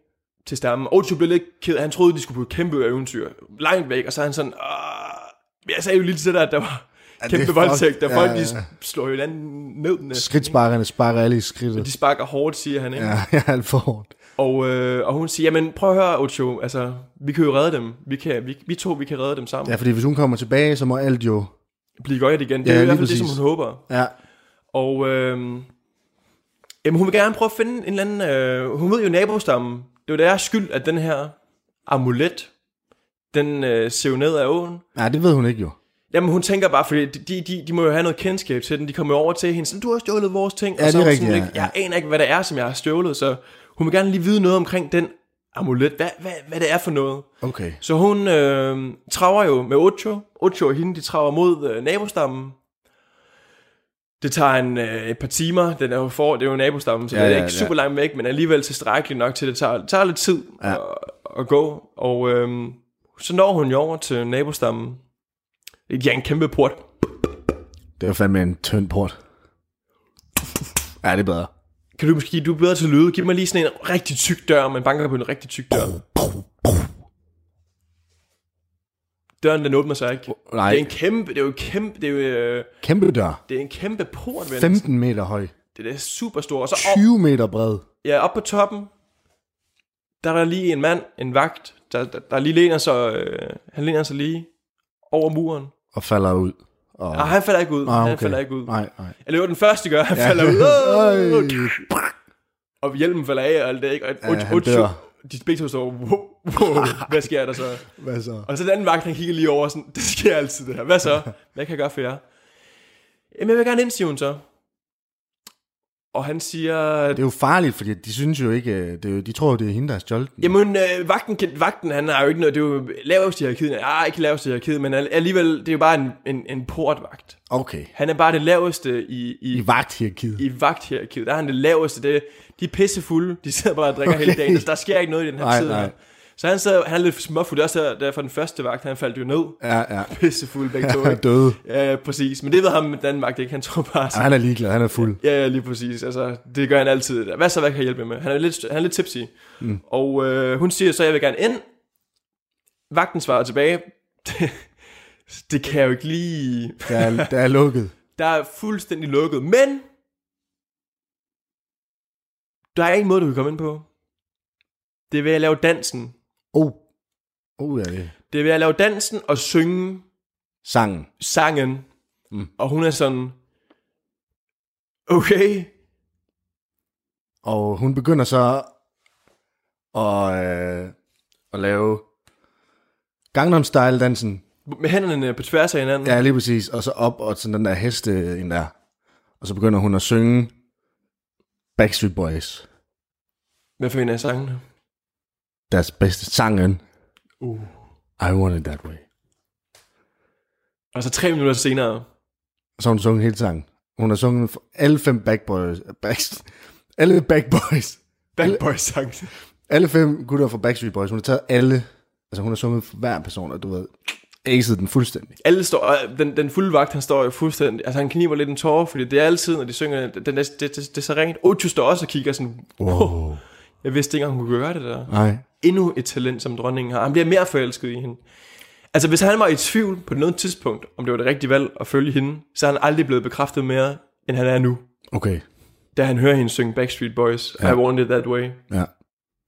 Speaker 3: til stammen. Ocho blev lidt ked. Han troede, de skulle på et kæmpe eventyr. Langt væk. Og så er han sådan, "Åh, jeg sagde jo lige til dig, at der var
Speaker 2: det er
Speaker 3: kæmpe
Speaker 2: fuck-
Speaker 3: voldtægt. Der
Speaker 2: ja,
Speaker 3: folk,
Speaker 2: ja,
Speaker 3: de
Speaker 2: ja.
Speaker 3: slår jo hinanden ned. næsten,
Speaker 2: Skridtsparkerne sparker alle i skridtet.
Speaker 3: ikke? De sparker hårdt, siger han. Ikke?
Speaker 2: Ja, jeg er alt for hårdt.
Speaker 3: Og, øh, og hun siger, jamen prøv at høre, Ocho. Altså, vi kan jo redde dem. Vi, kan, vi, vi to, vi kan redde dem sammen.
Speaker 2: Ja,
Speaker 3: Ja.
Speaker 2: fordi hvis hun kommer tilbage, så må alt jo...
Speaker 3: Blive godt igen. Det
Speaker 2: Ja,
Speaker 3: er ja, i
Speaker 2: lige
Speaker 3: hvert fald det, som
Speaker 2: præcis.
Speaker 3: hun håber.
Speaker 2: Ja.
Speaker 3: Og øhm, jamen, hun vil gerne prøve at finde en eller anden... Øh, hun ved jo nabostammen. Det er jo deres skyld, at den her amulet, den øh, ser jo ned af åen.
Speaker 2: Nej, det ved hun ikke jo.
Speaker 3: Jamen hun tænker bare, fordi de, de, de må jo have noget kendskab til den. De kommer jo over til hende, sådan, du har stjålet vores ting.
Speaker 2: Ja, det er
Speaker 3: så hun
Speaker 2: rigtigt,
Speaker 3: sådan
Speaker 2: ja,
Speaker 3: lidt, Jeg aner ikke, hvad det er, som jeg har stjålet, så hun vil gerne lige vide noget omkring den amulet. Hvad, hvad, hvad det er for noget.
Speaker 2: Okay.
Speaker 3: Så hun øh, traver jo med Ocho. Ocho og hende, de traver mod øh, nabostammen. Det tager en, øh, et par timer. Den er jo for, det er jo nabostammen, så
Speaker 2: Ja,
Speaker 3: ja, det er
Speaker 2: ja,
Speaker 3: ikke
Speaker 2: ja.
Speaker 3: super langt væk, men alligevel tilstrækkeligt nok til, at det tager, det tager lidt tid
Speaker 2: Ja.
Speaker 3: ja. at, at gå. Og øh, så når hun jo over til nabostammen. Det er en kæmpe port.
Speaker 2: Det er jo fandme en tynd port. Ja, det er bedre.
Speaker 3: Kan du måske, du er bedre til lyde, giv mig lige sådan en rigtig tyk dør, man banker på en rigtig tyk dør. Døren den åbner sig ikke.
Speaker 2: Nej.
Speaker 3: Det er en kæmpe, det er jo en kæmpe, det er jo, øh,
Speaker 2: Kæmpe dør.
Speaker 3: det er en kæmpe port, ven.
Speaker 2: 15 meter høj.
Speaker 3: Det er super stort. Og så op,
Speaker 2: 20 meter bred.
Speaker 3: ja, op på toppen, der er der lige en mand, en vagt, der, der, der lige læner sig, øh, han læner sig lige over muren.
Speaker 2: Og falder ud. Og...
Speaker 3: Nej, han falder ikke ud.
Speaker 2: Ah,
Speaker 3: Han falder ikke ud.
Speaker 2: Nej, nej.
Speaker 3: Eller jo, den første gør, han
Speaker 2: Ja.
Speaker 3: falder ud. Åh!
Speaker 2: Øj.
Speaker 3: og hjelmen falder af og alt det, ikke? Og
Speaker 2: Ja,
Speaker 3: ja,
Speaker 2: han dør.
Speaker 3: de begge to står, wow, wow, hvad sker der så?
Speaker 2: Hvad så?
Speaker 3: Og så den anden vagt, han kigger lige over, sådan, det sker altid det her. Hvad så? Hvad kan jeg gøre for jer? Jamen, jeg vil gerne ind, siger hun så. Og han siger,
Speaker 2: Det er jo farligt, fordi de synes jo ikke, øh, det er jo, de tror jo, det er hende, der har stjålet den.
Speaker 3: Jamen, øh, vagten, kan- vagten, han har jo ikke noget, det er jo lavest i hierarkiet. Ja, ikke lavest i hierarkiet, men al- alligevel, det er jo bare en, en, en portvagt.
Speaker 2: Okay.
Speaker 3: Han er bare det laveste i, i,
Speaker 2: I
Speaker 3: I,
Speaker 2: vagthierarkiet.
Speaker 3: i vagthierarkiet. Der er han det laveste. Det, de er pissefulde. De sidder bare og drikker okay. hele dagen. Der, der sker ikke noget i den her
Speaker 2: Nej,
Speaker 3: tid.
Speaker 2: nej.
Speaker 3: her. Så han, sad, han er lidt småfuld. Det er Også der, derfor den første vagt, han faldt jo ned.
Speaker 2: Ja, ja.
Speaker 3: Pissefuld begge to.
Speaker 2: Han er
Speaker 3: ikke?
Speaker 2: død.
Speaker 3: ja, ja, præcis. Men det ved ham med den anden vagt ikke. Han tror bare,
Speaker 2: Ja, han er ligeglad, han er fuld.
Speaker 3: Ja, ja, lige præcis. Altså, det gør han altid. Hvad så, hvad kan jeg hjælpe jer med? Han er lidt, han er lidt tipsy. Mm. Og øh, hun siger så, jeg vil gerne ind. Vagten svarer tilbage. Det, det kan jeg jo ikke lige.
Speaker 2: Der er, der er lukket.
Speaker 3: Der er fuldstændig lukket. Men der er en måde, du kan komme ind på. Det er ved at lave dansen.
Speaker 2: Oh. Oh, ja, det.
Speaker 3: Det er ved at lave dansen og synge
Speaker 2: Sangen.
Speaker 3: sangen.
Speaker 2: Mm.
Speaker 3: Mm. Og hun er sådan, okay,
Speaker 2: Og hun begynder så at, øh, at lave Gangnam Style-dansen.
Speaker 3: med hænderne på tværs af hinanden.
Speaker 2: Ja, lige præcis. Og så op og sådan den der heste ind der. Og så begynder hun at synge Backstreet Boys.
Speaker 3: Hvad for en af sangene?
Speaker 2: Deres bedste sangen.
Speaker 3: Uh.
Speaker 2: I want it that way.
Speaker 3: Og så tre minutter senere,
Speaker 2: Og så har hun sunget hele sangen. Hun har sunget for alle fem Backboys. Back, alle Backboys.
Speaker 3: Back Boys sang.
Speaker 2: Alle fem gutter fra Backstreet Boys. Hun har taget alle. Altså hun har sunget for hver person, og du ved, aced den fuldstændig.
Speaker 3: Alle står, og den, den fulde vagt, han står jo fuldstændig, altså han kniber lidt en tårer, fordi det er altid, når de synger, den, det, det, det, det er så rent. Ocho står også og kigger sådan, wow. Jeg vidste ikke, engang, hun kunne gøre det der.
Speaker 2: Nej.
Speaker 3: Endnu et talent, som dronningen har. Han bliver mere forelsket i hende. Altså, hvis han var i tvivl på noget tidspunkt, om det var det rigtige valg at følge hende, så er han aldrig blevet bekræftet mere, end han er nu.
Speaker 2: Okay.
Speaker 3: Da han hører hende synge Backstreet Boys, ja. I Want It That Way.
Speaker 2: Ja.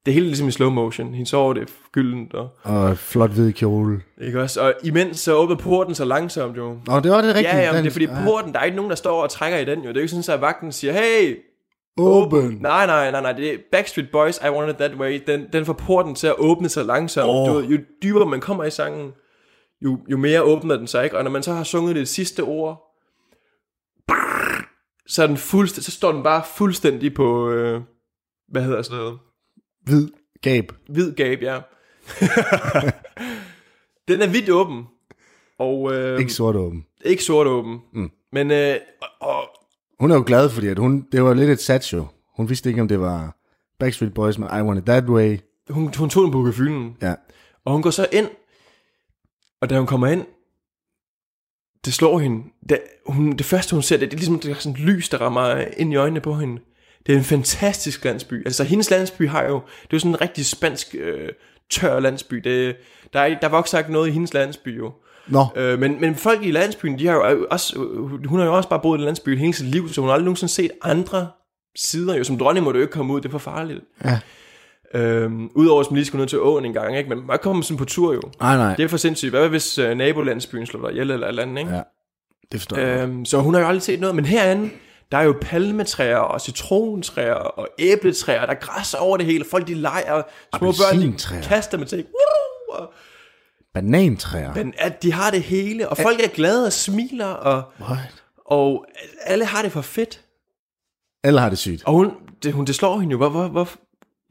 Speaker 3: Det hele er ligesom i slow motion. Hende sover det gyldent. Og,
Speaker 2: Og flot hvid kjole.
Speaker 3: ikke også? og imens så åbner porten så langsomt jo.
Speaker 2: Nå, det var det rigtige.
Speaker 3: Ja, ja, men
Speaker 2: Den-
Speaker 3: det er fordi porten, der er ikke nogen, der står og trækker i den jo. Det er jo ikke sådan, at vagten siger, hey,
Speaker 2: Åben.
Speaker 3: Nej, nej, nej, nej, det er Backstreet Boys, I Want It That Way, den, den får porten til at åbne sig langsomt.
Speaker 2: Åh.
Speaker 3: Oh. Du ved, jo dybere man kommer i sangen, jo, jo mere åbner den sig, ikke? Og når man så har sunget det sidste ord, så, er den fuldstæ- så står den bare fuldstændig på, øh, hvad hedder sådan noget,
Speaker 2: Hvid gab.
Speaker 3: hvid gab, ja. den er vidt åben, og øh,
Speaker 2: Ikke sort åben.
Speaker 3: ikke sort åben. Mm. Men, øh, og, og,
Speaker 2: Hun er jo glad, fordi at hun, det var lidt et sat show. Hun vidste ikke, om det var Backstreet Boys med I Want It That Way.
Speaker 3: hun, hun tog den på gefylen.
Speaker 2: Ja.
Speaker 3: Og hun går så ind, og da hun kommer ind, det slår hende. Da hun, det første, hun ser, det, det er ligesom det er sådan et lys, der rammer ind i øjnene på hende. Det er en fantastisk landsby. Altså, hendes landsby har jo... Det er jo sådan en rigtig spansk, øh, tør landsby. Det, der, er, ikke- der vokser ikke noget i hendes landsby, jo.
Speaker 2: Nå,
Speaker 3: Øh, men, men folk i landsbyen, de har jo også, øh, hun har jo også bare boet i landsbyen hele sit liv, så hun har aldrig nogensinde set andre sider. Jo, som dronning må du jo ikke komme ud, det er for farligt.
Speaker 2: Ja.
Speaker 3: Øhm, Udover at man lige skulle ned til åen en gang, ikke? men man kommer sådan på tur jo.
Speaker 2: nej, nej.
Speaker 3: Det er for sindssygt. Hvad hvis øh, nabolandsbyen slår dig ihjel eller et eller andet, ikke?
Speaker 2: Ja, det forstår jeg. godt.
Speaker 3: Øhm, så hun har jo aldrig set noget, men herinde, der er jo palmetræer og citrontræer og æbletræer, der er græs over det hele, folk de leger, små børn
Speaker 2: Appelsintræer.
Speaker 3: de kaster med ting, Woo! og,
Speaker 2: Banantræer.
Speaker 3: men at de har det hele, og folk er glade og smiler, og,
Speaker 2: What?
Speaker 3: og alle har det for fedt.
Speaker 2: Alle har det sygt.
Speaker 3: Og hun, det, hun, det slår hende jo, hvor, hvor, hvor,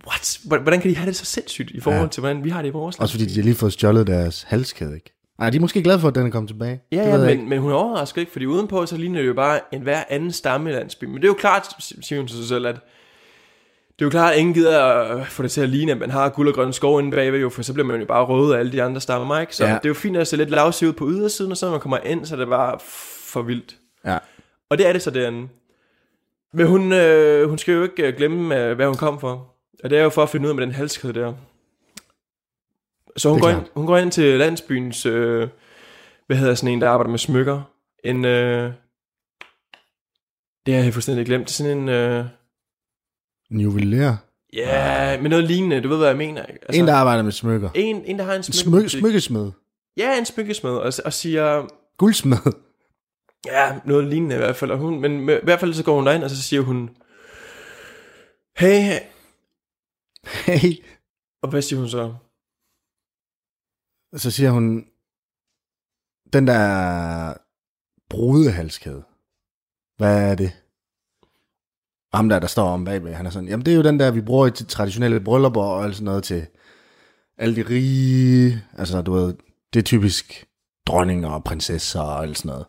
Speaker 3: what? hvordan kan de have det så sindssygt i forhold
Speaker 2: Ja.
Speaker 3: ja. til, hvordan vi har det i vores land?
Speaker 2: Også fordi de har lige fået stjålet deres halskæde, ikke? Nej, de er måske glade for, at den er kommet tilbage.
Speaker 3: Ja,
Speaker 2: det
Speaker 3: ja
Speaker 2: ved jeg
Speaker 3: men, men hun er overrasket ikke, fordi udenpå så ligner det jo bare en hver anden stamme i landsby. Men det er jo klart, siger hun til sig selv, at det er jo klart, at ingen gider at få det til at ligne, at man har guld og grønne skov inde bagved, jo, for så bliver man jo bare rød af alle de andre stammer, ikke? Så
Speaker 2: Ja.
Speaker 3: ja. det er jo fint at se lidt lavsivet på ydersiden, og så når man kommer ind, så er det bare for vildt.
Speaker 2: Ja.
Speaker 3: Og det er det så derinde. Men hun, øh, hun skal jo ikke øh, glemme, øh, hvad hun kom for. Og det er jo for at finde ud af med den halskæde der. Så hun
Speaker 2: Det er
Speaker 3: går, ind,
Speaker 2: klart.
Speaker 3: hun går ind til landsbyens, øh, hvad hedder sådan en, der arbejder med smykker. En, øh, det har jeg fuldstændig glemt. Sådan en, øh,
Speaker 2: En juveler.
Speaker 3: ja, yeah, med noget lignende. Du ved, hvad jeg mener. ikke?
Speaker 2: Altså, en, der arbejder med smykker.
Speaker 3: en, en, der har en
Speaker 2: En smykke,
Speaker 3: smykke.
Speaker 2: smykkesmed.
Speaker 3: Ja, en smykkesmed. Og, og siger,
Speaker 2: Guldsmed.
Speaker 3: Ja, noget lignende i hvert fald. Og hun, men i hvert fald så går hun derind, og så siger hun, hey,
Speaker 2: Hey.
Speaker 3: og hvad siger hun så?
Speaker 2: Og så siger hun, den der brudehalskæde. Hvad er det? Og ham der, der står om bagved, han er sådan, jamen det er jo den der, vi bruger i til traditionelle bryllupper og alt sådan noget til alle de rige, altså du ved, det er typisk dronninger og prinsesser og alt sådan noget.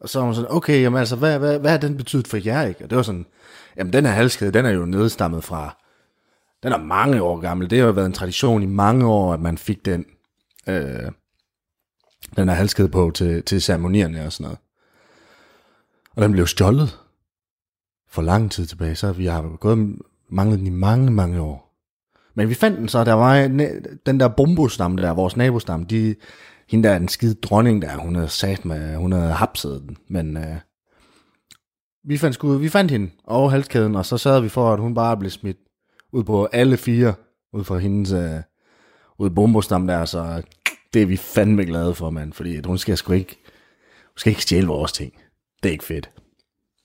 Speaker 2: Og så var hun sådan, okay, jamen altså, hvad, hvad, hvad har den betydet for jer, ikke? Og det var sådan, jamen den her halskæde, den er jo nedstammet fra, den er mange år gammel, det har jo været en tradition i mange år, at man fik den, øh, den her halskæde på til, til ceremonierne og sådan noget. Og den blev stjålet for lang tid tilbage, så vi har gået manglet den i mange, mange år. Men vi fandt den så, der var en- den der bombostamme der, vores nabostamme, de, hende der er den skide dronning der, hun havde sat med, hun havde hapset den, men øh, vi fandt, sku, vi fandt hende over halskæden, og så sørgede vi for, at hun bare blev smidt ud på alle fire, ud fra hendes, øh, ud i bombostam der, så det er vi fandme glade for, mand, fordi at hun skal sgu ikke, hun skal ikke stjæle vores ting. Det er ikke fedt.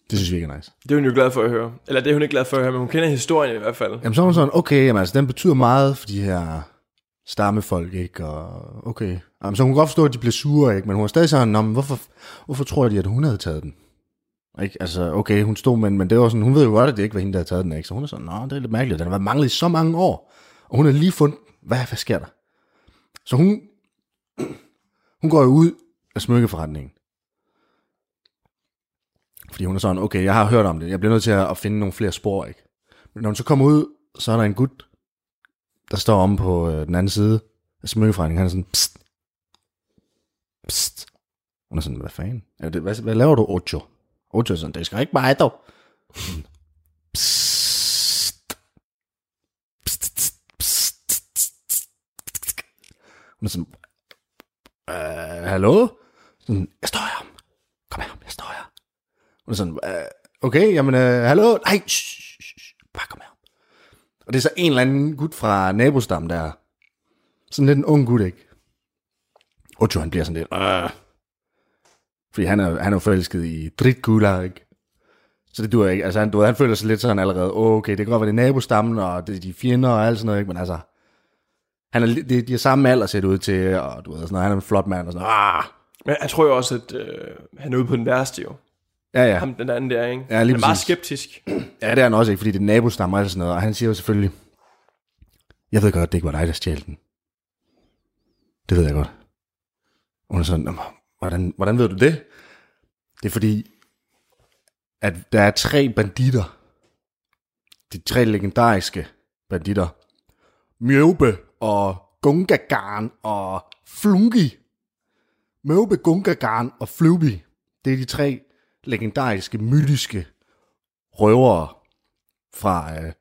Speaker 2: Det synes vi ikke er nice.
Speaker 3: Det er hun jo glad for at høre. Eller det er hun ikke glad for at høre, men hun kender historien i hvert fald.
Speaker 2: Jamen så var hun sådan, okay, jamen, altså, den betyder meget for de her stammefolk, ikke? Og okay. Jamen, så hun kunne godt forstå, at de blev sure, ikke? Men hun var stadig sådan, "Nå, men hvorfor, hvorfor tror de, at hun havde taget den? Ikke? Altså, okay, hun stod, men, men det var sådan, hun ved jo godt, at det ikke var hende, der havde taget den, ikke? Så hun er sådan, nå, det er lidt mærkeligt, den har været manglet i så mange år. Og hun har lige fundet, hvad, hvad sker der? Så hun, hun går jo ud af smykkeforretningen. Fordi hun er sådan, okay, jeg har hørt om det, jeg bliver nødt til at at finde nogle flere spor, ikke? Men når hun så kommer ud, så er der en gut, der står om på øh, den anden side af smykkeforretningen. Han er sådan, psst, psst. Hun er sådan, hvad fanden? Er det, hvad, hvad laver du, Ocho? Ocho er sådan, det skal ikke mig, dog. Sådan, Psst. Men sådan, øh, hallo? Sådan, jeg står her. Kom her, jeg står her. Hun er sådan, øh, okay, jamen, øh, hallo? Nej, shh, shh, shh, bare kom her. Og det er så en eller anden gut fra nabostammen, der er sådan lidt en ung gut, ikke? Ocho, han bliver sådan lidt, øh. Fordi han er, han er jo forelsket i dritgula, ikke? Så det duer ikke. Altså, han, du ved, han føler sig lidt sådan allerede, "Åh, okay, det kan godt være, det er nabostammen, og det er de fjender og alt sådan noget, ikke? Men altså, han er, li- de, de er samme alder set ud til, og du ved, sådan noget, han er en flot mand, og sådan noget. Ah!
Speaker 3: Men jeg tror jo også, at øh, han er ude på den værste jo.
Speaker 2: Ja, ja.
Speaker 3: Ham den anden der, ikke?
Speaker 2: Ja, lige
Speaker 3: han er meget
Speaker 2: præcis.
Speaker 3: skeptisk.
Speaker 2: Ja, det er han også ikke, fordi det er nabostammer og sådan noget. Og han siger jo selvfølgelig, jeg ved godt, det ikke var dig, der stjal den. Det ved jeg godt. Og Hun er sådan, "Nå, hvordan, hvordan ved du det? Det er fordi, at der er tre banditter. De tre legendariske banditter. Mjøbe og Gungagarn og Flungi. Mjøbe, Gungagarn og Flubi. Det er de tre legendariske, mytiske røvere fra øh,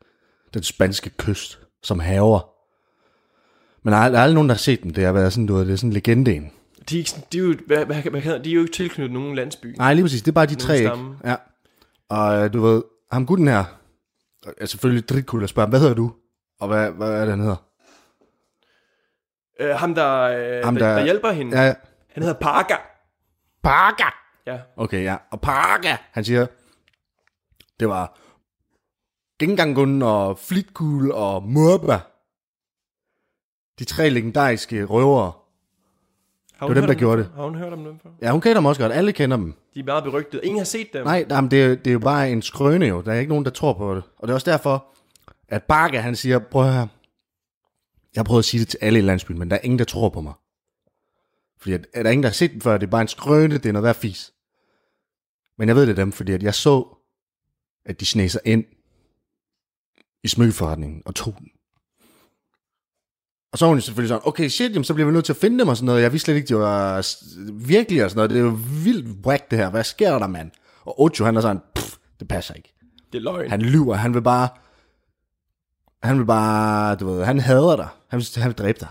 Speaker 2: den spanske kyst, som haver. Men der er, der er aldrig nogen, der har set dem. Det har været sådan, du ved, det er sådan legendaen.
Speaker 3: De er, ikke, sådan- de, er jo, hvad, hvad, hvad, hvad, de er jo ikke tilknyttet nogen landsby.
Speaker 2: Nej, lige præcis. Det er bare de tre, ikke?
Speaker 3: stamme.
Speaker 2: Ja. Og øh, du ved, ham gutten her, er selvfølgelig dritkul at spørge ham, hvad hedder du? Og hvad, hvad er det, han hedder?
Speaker 3: Øh, ham, der, øh, ham
Speaker 2: Ham,
Speaker 3: der,
Speaker 2: der-
Speaker 3: der hjælper hende, ja.
Speaker 2: Ja, ja.
Speaker 3: han hedder Parker.
Speaker 2: Parker!
Speaker 3: Ja.
Speaker 2: Okay, ja. Og Parker, han siger, det var Gengangun og Flitgul og Murba. De tre legendariske røvere.
Speaker 3: Har
Speaker 2: Det var
Speaker 3: hun
Speaker 2: dem,
Speaker 3: hørt
Speaker 2: der
Speaker 3: om
Speaker 2: gjorde
Speaker 3: før? Har hun hørt om dem før?
Speaker 2: Ja, hun kender dem også godt. Alle kender dem.
Speaker 3: De er meget berygtede. Ingen har set dem.
Speaker 2: Nej, nej men det, er- det er jo bare en skrøne jo. Der er ikke nogen, der tror på det. Og det er også derfor, at Barker han siger, prøv at høre. Jeg har prøvet at sige det til alle i landsbyen, men der er ingen, der tror på mig. Fordi at, at der er ingen, der har set dem før. Det er bare en skrøne, det er noget værd fis. Men jeg ved det er dem, fordi at jeg så, at de sneg sig ind i smykkeforretningen og tog den. Og så var hun jo selvfølgelig sådan, okay shit, jamen, så bliver vi nødt til at finde dem og sådan noget. Jeg vidste slet ikke, de var s- virkelige og sådan noget. Det er jo vildt whack det her. Hvad sker der, mand? Og Ocho, han er sådan, pff, det passer ikke.
Speaker 3: Det er løgn. Han...
Speaker 2: Han lyver, han vil bare... Han vil bare, du ved, han hader dig. Han vil, han vil dræbe dig.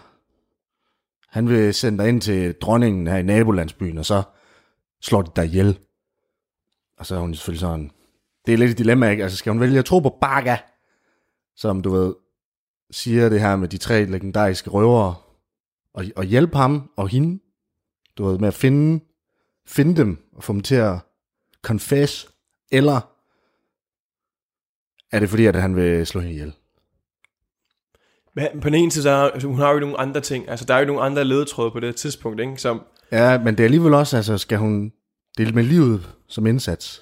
Speaker 2: Han vil sende dig ind til dronningen her i nabolandsbyen, og så slår de dig ihjel. Og så er hun selvfølgelig sådan... Det er lidt et dilemma, ikke? Altså, skal hun vælge at tro på Baga, som du ved, siger det her med de tre legendariske røvere, og, og hjælpe ham og hende, du ved, med at finde, finde dem, og få dem til at confess, eller er det fordi, at han vil slå hende ihjel?
Speaker 3: Men på den ene side, så har, altså, hun har jo ikke nogen andre ting. Altså, der er jo ikke nogen andre ledetråde på det her tidspunkt, ikke? Som,
Speaker 2: Ja, men det er alligevel også, altså skal hun dele med livet som indsats?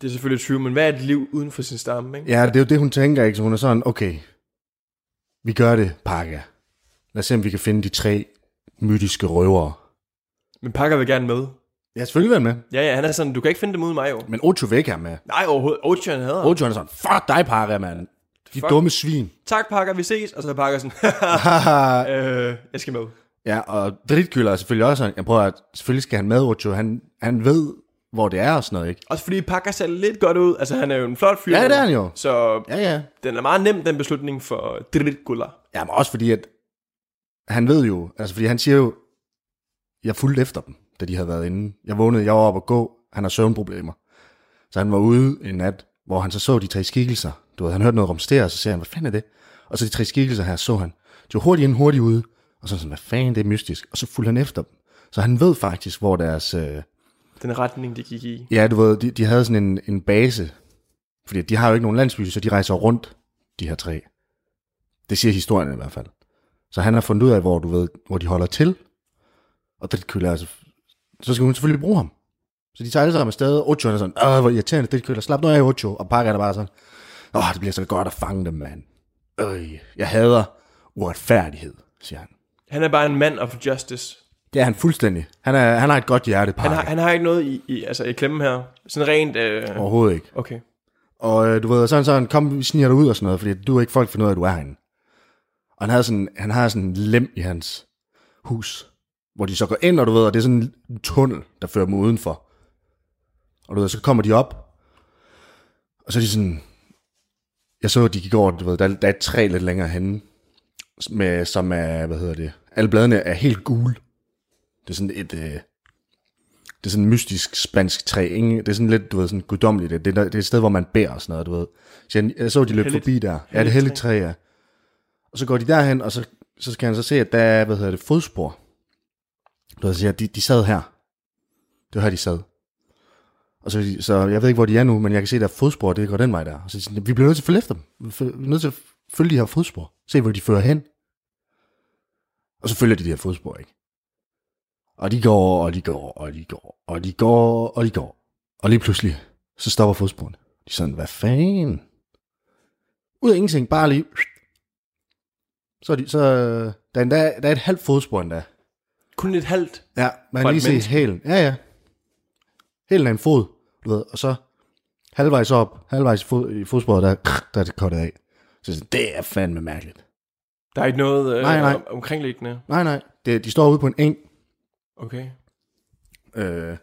Speaker 3: det er selvfølgelig true, men hvad er et liv uden for sin stamme, ikke?
Speaker 2: Ja, det er jo det, hun tænker, ikke? Så hun er sådan, okay, vi gør det, Parker. Lad os se, om vi kan finde de tre mytiske røvere.
Speaker 3: Men Parker vil gerne med.
Speaker 2: Jeg har selvfølgelig været med,
Speaker 3: Ja, ja, han er sådan, du kan ikke finde dem uden mig, jo.
Speaker 2: men Ocho vil ikke have med.
Speaker 3: Nej, overhovedet. Ocean han hader.
Speaker 2: Ocho han er sådan, fuck dig, Parker, mand. De
Speaker 3: Fuck.
Speaker 2: dumme svin.
Speaker 3: Tak, Parker, vi ses. Og så er Parker sådan, øh, jeg skal med.
Speaker 2: ja, og dritkylder er selvfølgelig også sådan, jeg prøver at, selvfølgelig skal han med, Ocho. Han, han ved, hvor det er og sådan noget, ikke?
Speaker 3: Også fordi Parker ser lidt godt ud. Altså, han er jo en flot fyr.
Speaker 2: Ja, det er han jo.
Speaker 3: Så
Speaker 2: Ja, ja.
Speaker 3: den er meget nem, den beslutning for Dritgula.
Speaker 2: Ja, men også fordi, at han ved jo, altså fordi han siger jo, jeg fulgte efter dem, da de havde været inde. Jeg vågnede, jeg var oppe at gå, han har søvnproblemer. Så han var ude en nat, hvor han så så de tre skikkelser. Du ved, han hørte noget rumstere, og så ser han, hvad fanden er det? Og så de tre skikkelser her så han. De var hurtigt ind, hurtigt ude. Og så sådan, hvad fanden, det er mystisk. Og så fulgte han efter dem. Så han ved faktisk, hvor deres... Øh,
Speaker 3: Den retning, de gik i.
Speaker 2: ja, du ved, de, de havde sådan en, en base. Fordi de har jo ikke nogen landsby, så de rejser rundt, de her tre. Det siger historien i hvert fald. Så han har fundet ud af, hvor du ved, hvor de holder til. Og det køler altså... Så skal hun selvfølgelig bruge ham. Så de tager alle sammen afsted. Ocho han er sådan, åh, hvor irriterende, det køler. Slap nu af, Ocho. Og Parker er bare sådan, åh, det bliver så godt at fange dem, mand. Øh, jeg hader uretfærdighed, siger han.
Speaker 3: Han er bare en mand of justice.
Speaker 2: Det er han fuldstændig. Han, er, han har et godt hjerte, Parker.
Speaker 3: Han har, han har ikke noget i, i, altså, i klemmen her. Sådan rent... Øh,
Speaker 2: Overhovedet ikke.
Speaker 3: okay.
Speaker 2: Og øh, du ved, sådan sådan, kom, vi sniger dig ud og sådan noget, fordi du er ikke folk for noget, at du er herinde. Og han, havde sådan, han har sådan en lem i hans hus, hvor de så går ind, og du ved, og det er sådan en tunnel, der fører dem udenfor. Og du ved, så kommer de op, og så er de sådan, jeg så, at de gik over, du ved, der, der er et træ lidt længere henne, med, som er, hvad hedder det, Alle bladene er helt gule. Det er sådan et... Øh, det er sådan en mystisk spansk træ. Ingen, det er sådan lidt, du ved, sådan guddommeligt. Det, det, er- det er et sted, hvor man bærer og sådan noget, du ved. Så jeg, jeg så, de løb
Speaker 3: Helligt.
Speaker 2: forbi der. Ja, det er heldigt træ, ja. Og så går de derhen, og så, så skal han så se, at der er, hvad hedder det, fodspor. Du ved, så siger, jeg, de, de sad her. Det var her, de sad. Og så, så jeg ved ikke, hvor de er nu, men jeg kan se, der er fodspor, det går den vej der. Og så siger de, vi bliver nødt til at følge efter dem. Vi er f- nødt til at følge de her fodspor. Se, hvor de fører hen. Og så følger de de her fodspor, ikke? Og de går, og de går, og de går, og de går, og de går. Og lige pludselig, så stopper fodsporene. De er sådan, hvad fanden? Ud af ingenting, bare lige... Så, er de, så øh, der, er endda, der er et halvt fodspor endda.
Speaker 3: Kun et halvt.
Speaker 2: Ja, man kan
Speaker 3: For et
Speaker 2: lige se
Speaker 3: menneske.
Speaker 2: hælen. Ja, ja. Hælen er en fod, du ved, og så halvvejs op, halvvejs i, fod, i fodsporet, der, der er det kottet af. Så jeg siger, det er fandme mærkeligt.
Speaker 3: Der er ikke noget øh,
Speaker 2: Nej, nej.
Speaker 3: om- omkringliggende.
Speaker 2: Nej, nej, det, de står ude på en eng.
Speaker 3: Okay.
Speaker 2: Øh,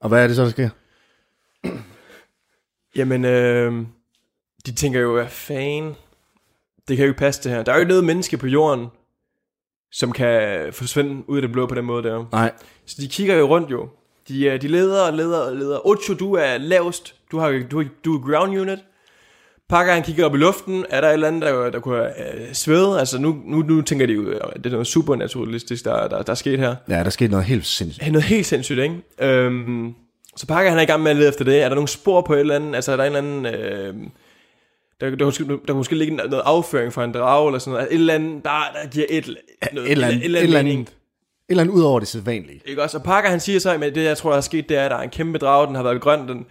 Speaker 2: og hvad er det så, der sker?
Speaker 3: Jamen, øh, de tænker jo, hvad fanden? Det kan jo ikke passe det her. Der er jo ikke noget menneske på jorden, som kan forsvinde ud af det blå på den måde der.
Speaker 2: Nej,
Speaker 3: Så de kigger jo rundt jo. De, øh, de leder og leder og leder. Ocho, du er lavest. Du, har, du, du er ground unit. Pakker, han kigger op i luften. Er der et eller andet, der, der kunne øh, svæde? Altså, nu, nu, nu tænker de jo, at det er noget supernaturalistisk, der, der, der er sket her.
Speaker 2: ja, der skete noget helt sindssygt.
Speaker 3: Det er noget helt sindssygt, ikke? Øhm, så pakker han er i gang med at lede efter det. Er der nogle spor på et eller andet? Altså, er der en eller anden... Øh, der, der, der, måske- der kunne måske ligge noget afføring fra en drage eller sådan noget. Et eller andet, der, der giver et, noget,
Speaker 2: Et eller andet, et eller andet,
Speaker 3: mening.
Speaker 2: et eller andet ud over det sædvanlige.
Speaker 3: Ikke også? Og Parker han siger så, at det jeg tror der er sket, det er, at der er en kæmpe drage, den har været grøn, den,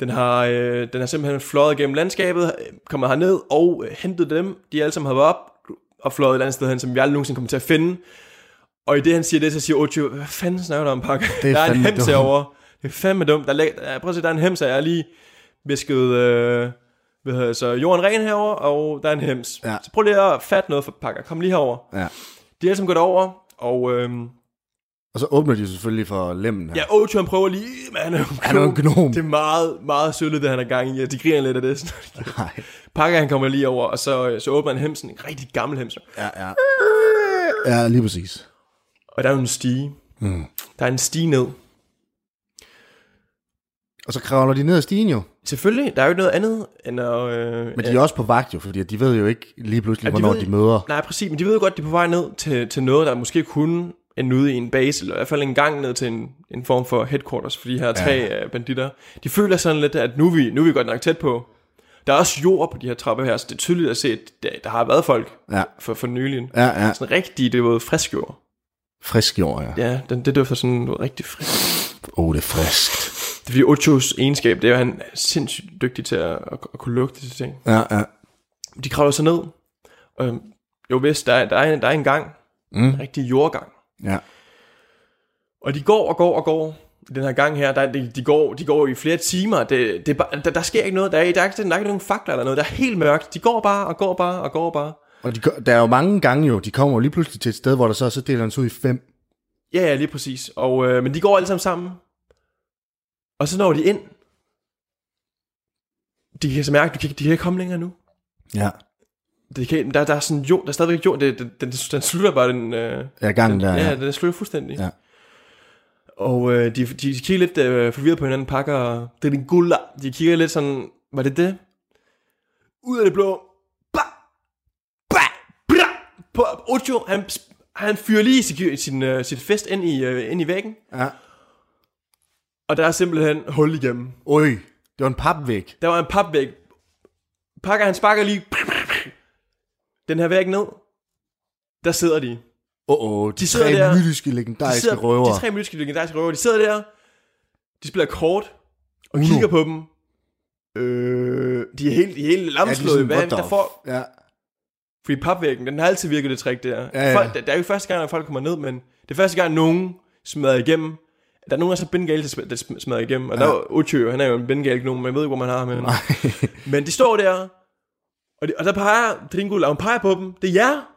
Speaker 3: den, har, øh, den har simpelthen fløjet gennem landskabet, øh, kommer herned og øh, hentet dem, de alle sammen har været op og fløjet et andet sted hen, som vi aldrig nogensinde kommer til at finde. Og i det han siger det, så siger Ocho, hvad fanden snakker du om, Parker?
Speaker 2: Det er
Speaker 3: der er en
Speaker 2: fandme
Speaker 3: hems
Speaker 2: dumt."
Speaker 3: herovre. Det er fandme dumt. Der er, læ- ja, prøv at se, der er en hems her. Jeg har lige visket øh, hvad hedder det, så jorden ren herover og der er en hems.
Speaker 2: Ja.
Speaker 3: Så prøv lige at fatte noget for Parker. Kom lige herover.
Speaker 2: Ja.
Speaker 3: De er alle sammen gået over, og... øhm,
Speaker 2: Og så åbner de selvfølgelig for lemmen her.
Speaker 3: Ja, Ocho han prøver lige, men han er jo
Speaker 2: Han er jo en gnom.
Speaker 3: Det er meget, meget sølle, det han er gang i, og de griner lidt af det.
Speaker 2: Nej.
Speaker 3: Pakker han kommer lige over, og så, så åbner han hemsen, en rigtig gammel hems.
Speaker 2: Ja, ja. Ja, lige præcis.
Speaker 3: Og der er jo en stige. Mm. Der er en stige ned.
Speaker 2: Og så kravler de ned ad stigen jo.
Speaker 3: Selvfølgelig, der er jo ikke noget andet end at... Øh,
Speaker 2: Men de er også på vagt jo, fordi de ved jo ikke lige pludselig,
Speaker 3: at
Speaker 2: hvornår de møder.
Speaker 3: Nej, præcis, men de ved jo godt, at de er på vej ned til, til noget, der måske kunne ende ude i en base, eller i hvert fald en gang ned til en, en form for headquarters for de her tre ja. banditter. De føler sådan lidt, at nu er, vi, nu er vi godt nok tæt på. Der er også jord på de her trapper her, så det er tydeligt at se, at der, der har været folk
Speaker 2: Ja.
Speaker 3: for, for nylig.
Speaker 2: Ja, ja.
Speaker 3: Sådan rigtig, det var frisk jord.
Speaker 2: Frisk jord, ja.
Speaker 3: Ja, den, det dufter sådan noget rigtig frisk.
Speaker 2: Åh, oh, det er friskt.
Speaker 3: Det er fordi Ochos egenskab, det er jo, at han er sindssygt dygtig til at, at, at kunne lugte disse ting.
Speaker 2: Ja, ja.
Speaker 3: De kravler sig ned. Og, jo, vist, der, er- der, er, en, der er en gang.
Speaker 2: Mm.
Speaker 3: En rigtig jordgang.
Speaker 2: Ja.
Speaker 3: Og de går og går og går i den her gang her. Der, de, de, går, de går i flere timer. Det, det, er bare- der, der sker ikke noget. Der er, der, er, ikke- der er ikke nogen fakler eller noget. Der er helt mørkt. De går bare og går bare og går bare.
Speaker 2: Og de, ko- der er jo mange gange jo, de kommer jo lige pludselig til et sted, hvor der så, så deler han sig ud i fem.
Speaker 3: Ja, ja, lige præcis. Og, øh, men de går alle sammen sammen. Og så når de ind. De kan så mærke, at de kan, ikke- de kan ikke komme længere nu.
Speaker 2: Ja.
Speaker 3: Det kan, der, der er sådan jord, der er stadigvæk jord. Det, det, den, den slutter bare, den, øh,
Speaker 2: Ja, gangen der,
Speaker 3: ja,
Speaker 2: ja.
Speaker 3: ja, den slutter fuldstændig.
Speaker 2: Ja.
Speaker 3: Og øh, de, de, de kigger lidt øh, forvirret på hinanden, pakker det er din guld. De kigger lidt sådan, var det det? Ud af det blå. Ba! Ba! Bra! På Ocho, han, han fyrer lige sin, sin, øh, sit fest ind i, øh, ind i væggen.
Speaker 2: ja.
Speaker 3: Og der er simpelthen hul igennem.
Speaker 2: Øj, det var en papvæg.
Speaker 3: Der var en papvæg. Pakker, han sparker lige. Den her væg ned. Der sidder de.
Speaker 2: Åh, oh, oh, de, de
Speaker 3: sidder
Speaker 2: tre
Speaker 3: der.
Speaker 2: mytiske
Speaker 3: De,
Speaker 2: legendariske
Speaker 3: sidder,
Speaker 2: røver.
Speaker 3: de tre mytiske legendariske røver, de sidder der. De spiller kort. Og
Speaker 2: Uno.
Speaker 3: kigger på dem. Øh, de er helt, de er helt
Speaker 2: ja, de er
Speaker 3: lamslået.
Speaker 2: sådan,
Speaker 3: Ja,
Speaker 2: what
Speaker 3: de der
Speaker 2: the
Speaker 3: får,
Speaker 2: f- Ja,
Speaker 3: fordi papvæggen, den har altid virket det trick der.
Speaker 2: Ja, ja.
Speaker 3: Folk, det, det er jo ikke første gang, at folk kommer ned, men det er første gang, nogen smadrer igennem. Der er nogen, der er så bengal, der sm- der sm- smadrer igennem. Og ja. der er Ocho, han er jo en bengal gnom, men jeg ved ikke, hvor man har med ham. Men de står der, og, de, og der peger Tringul, og hun peger på dem. Det er jer.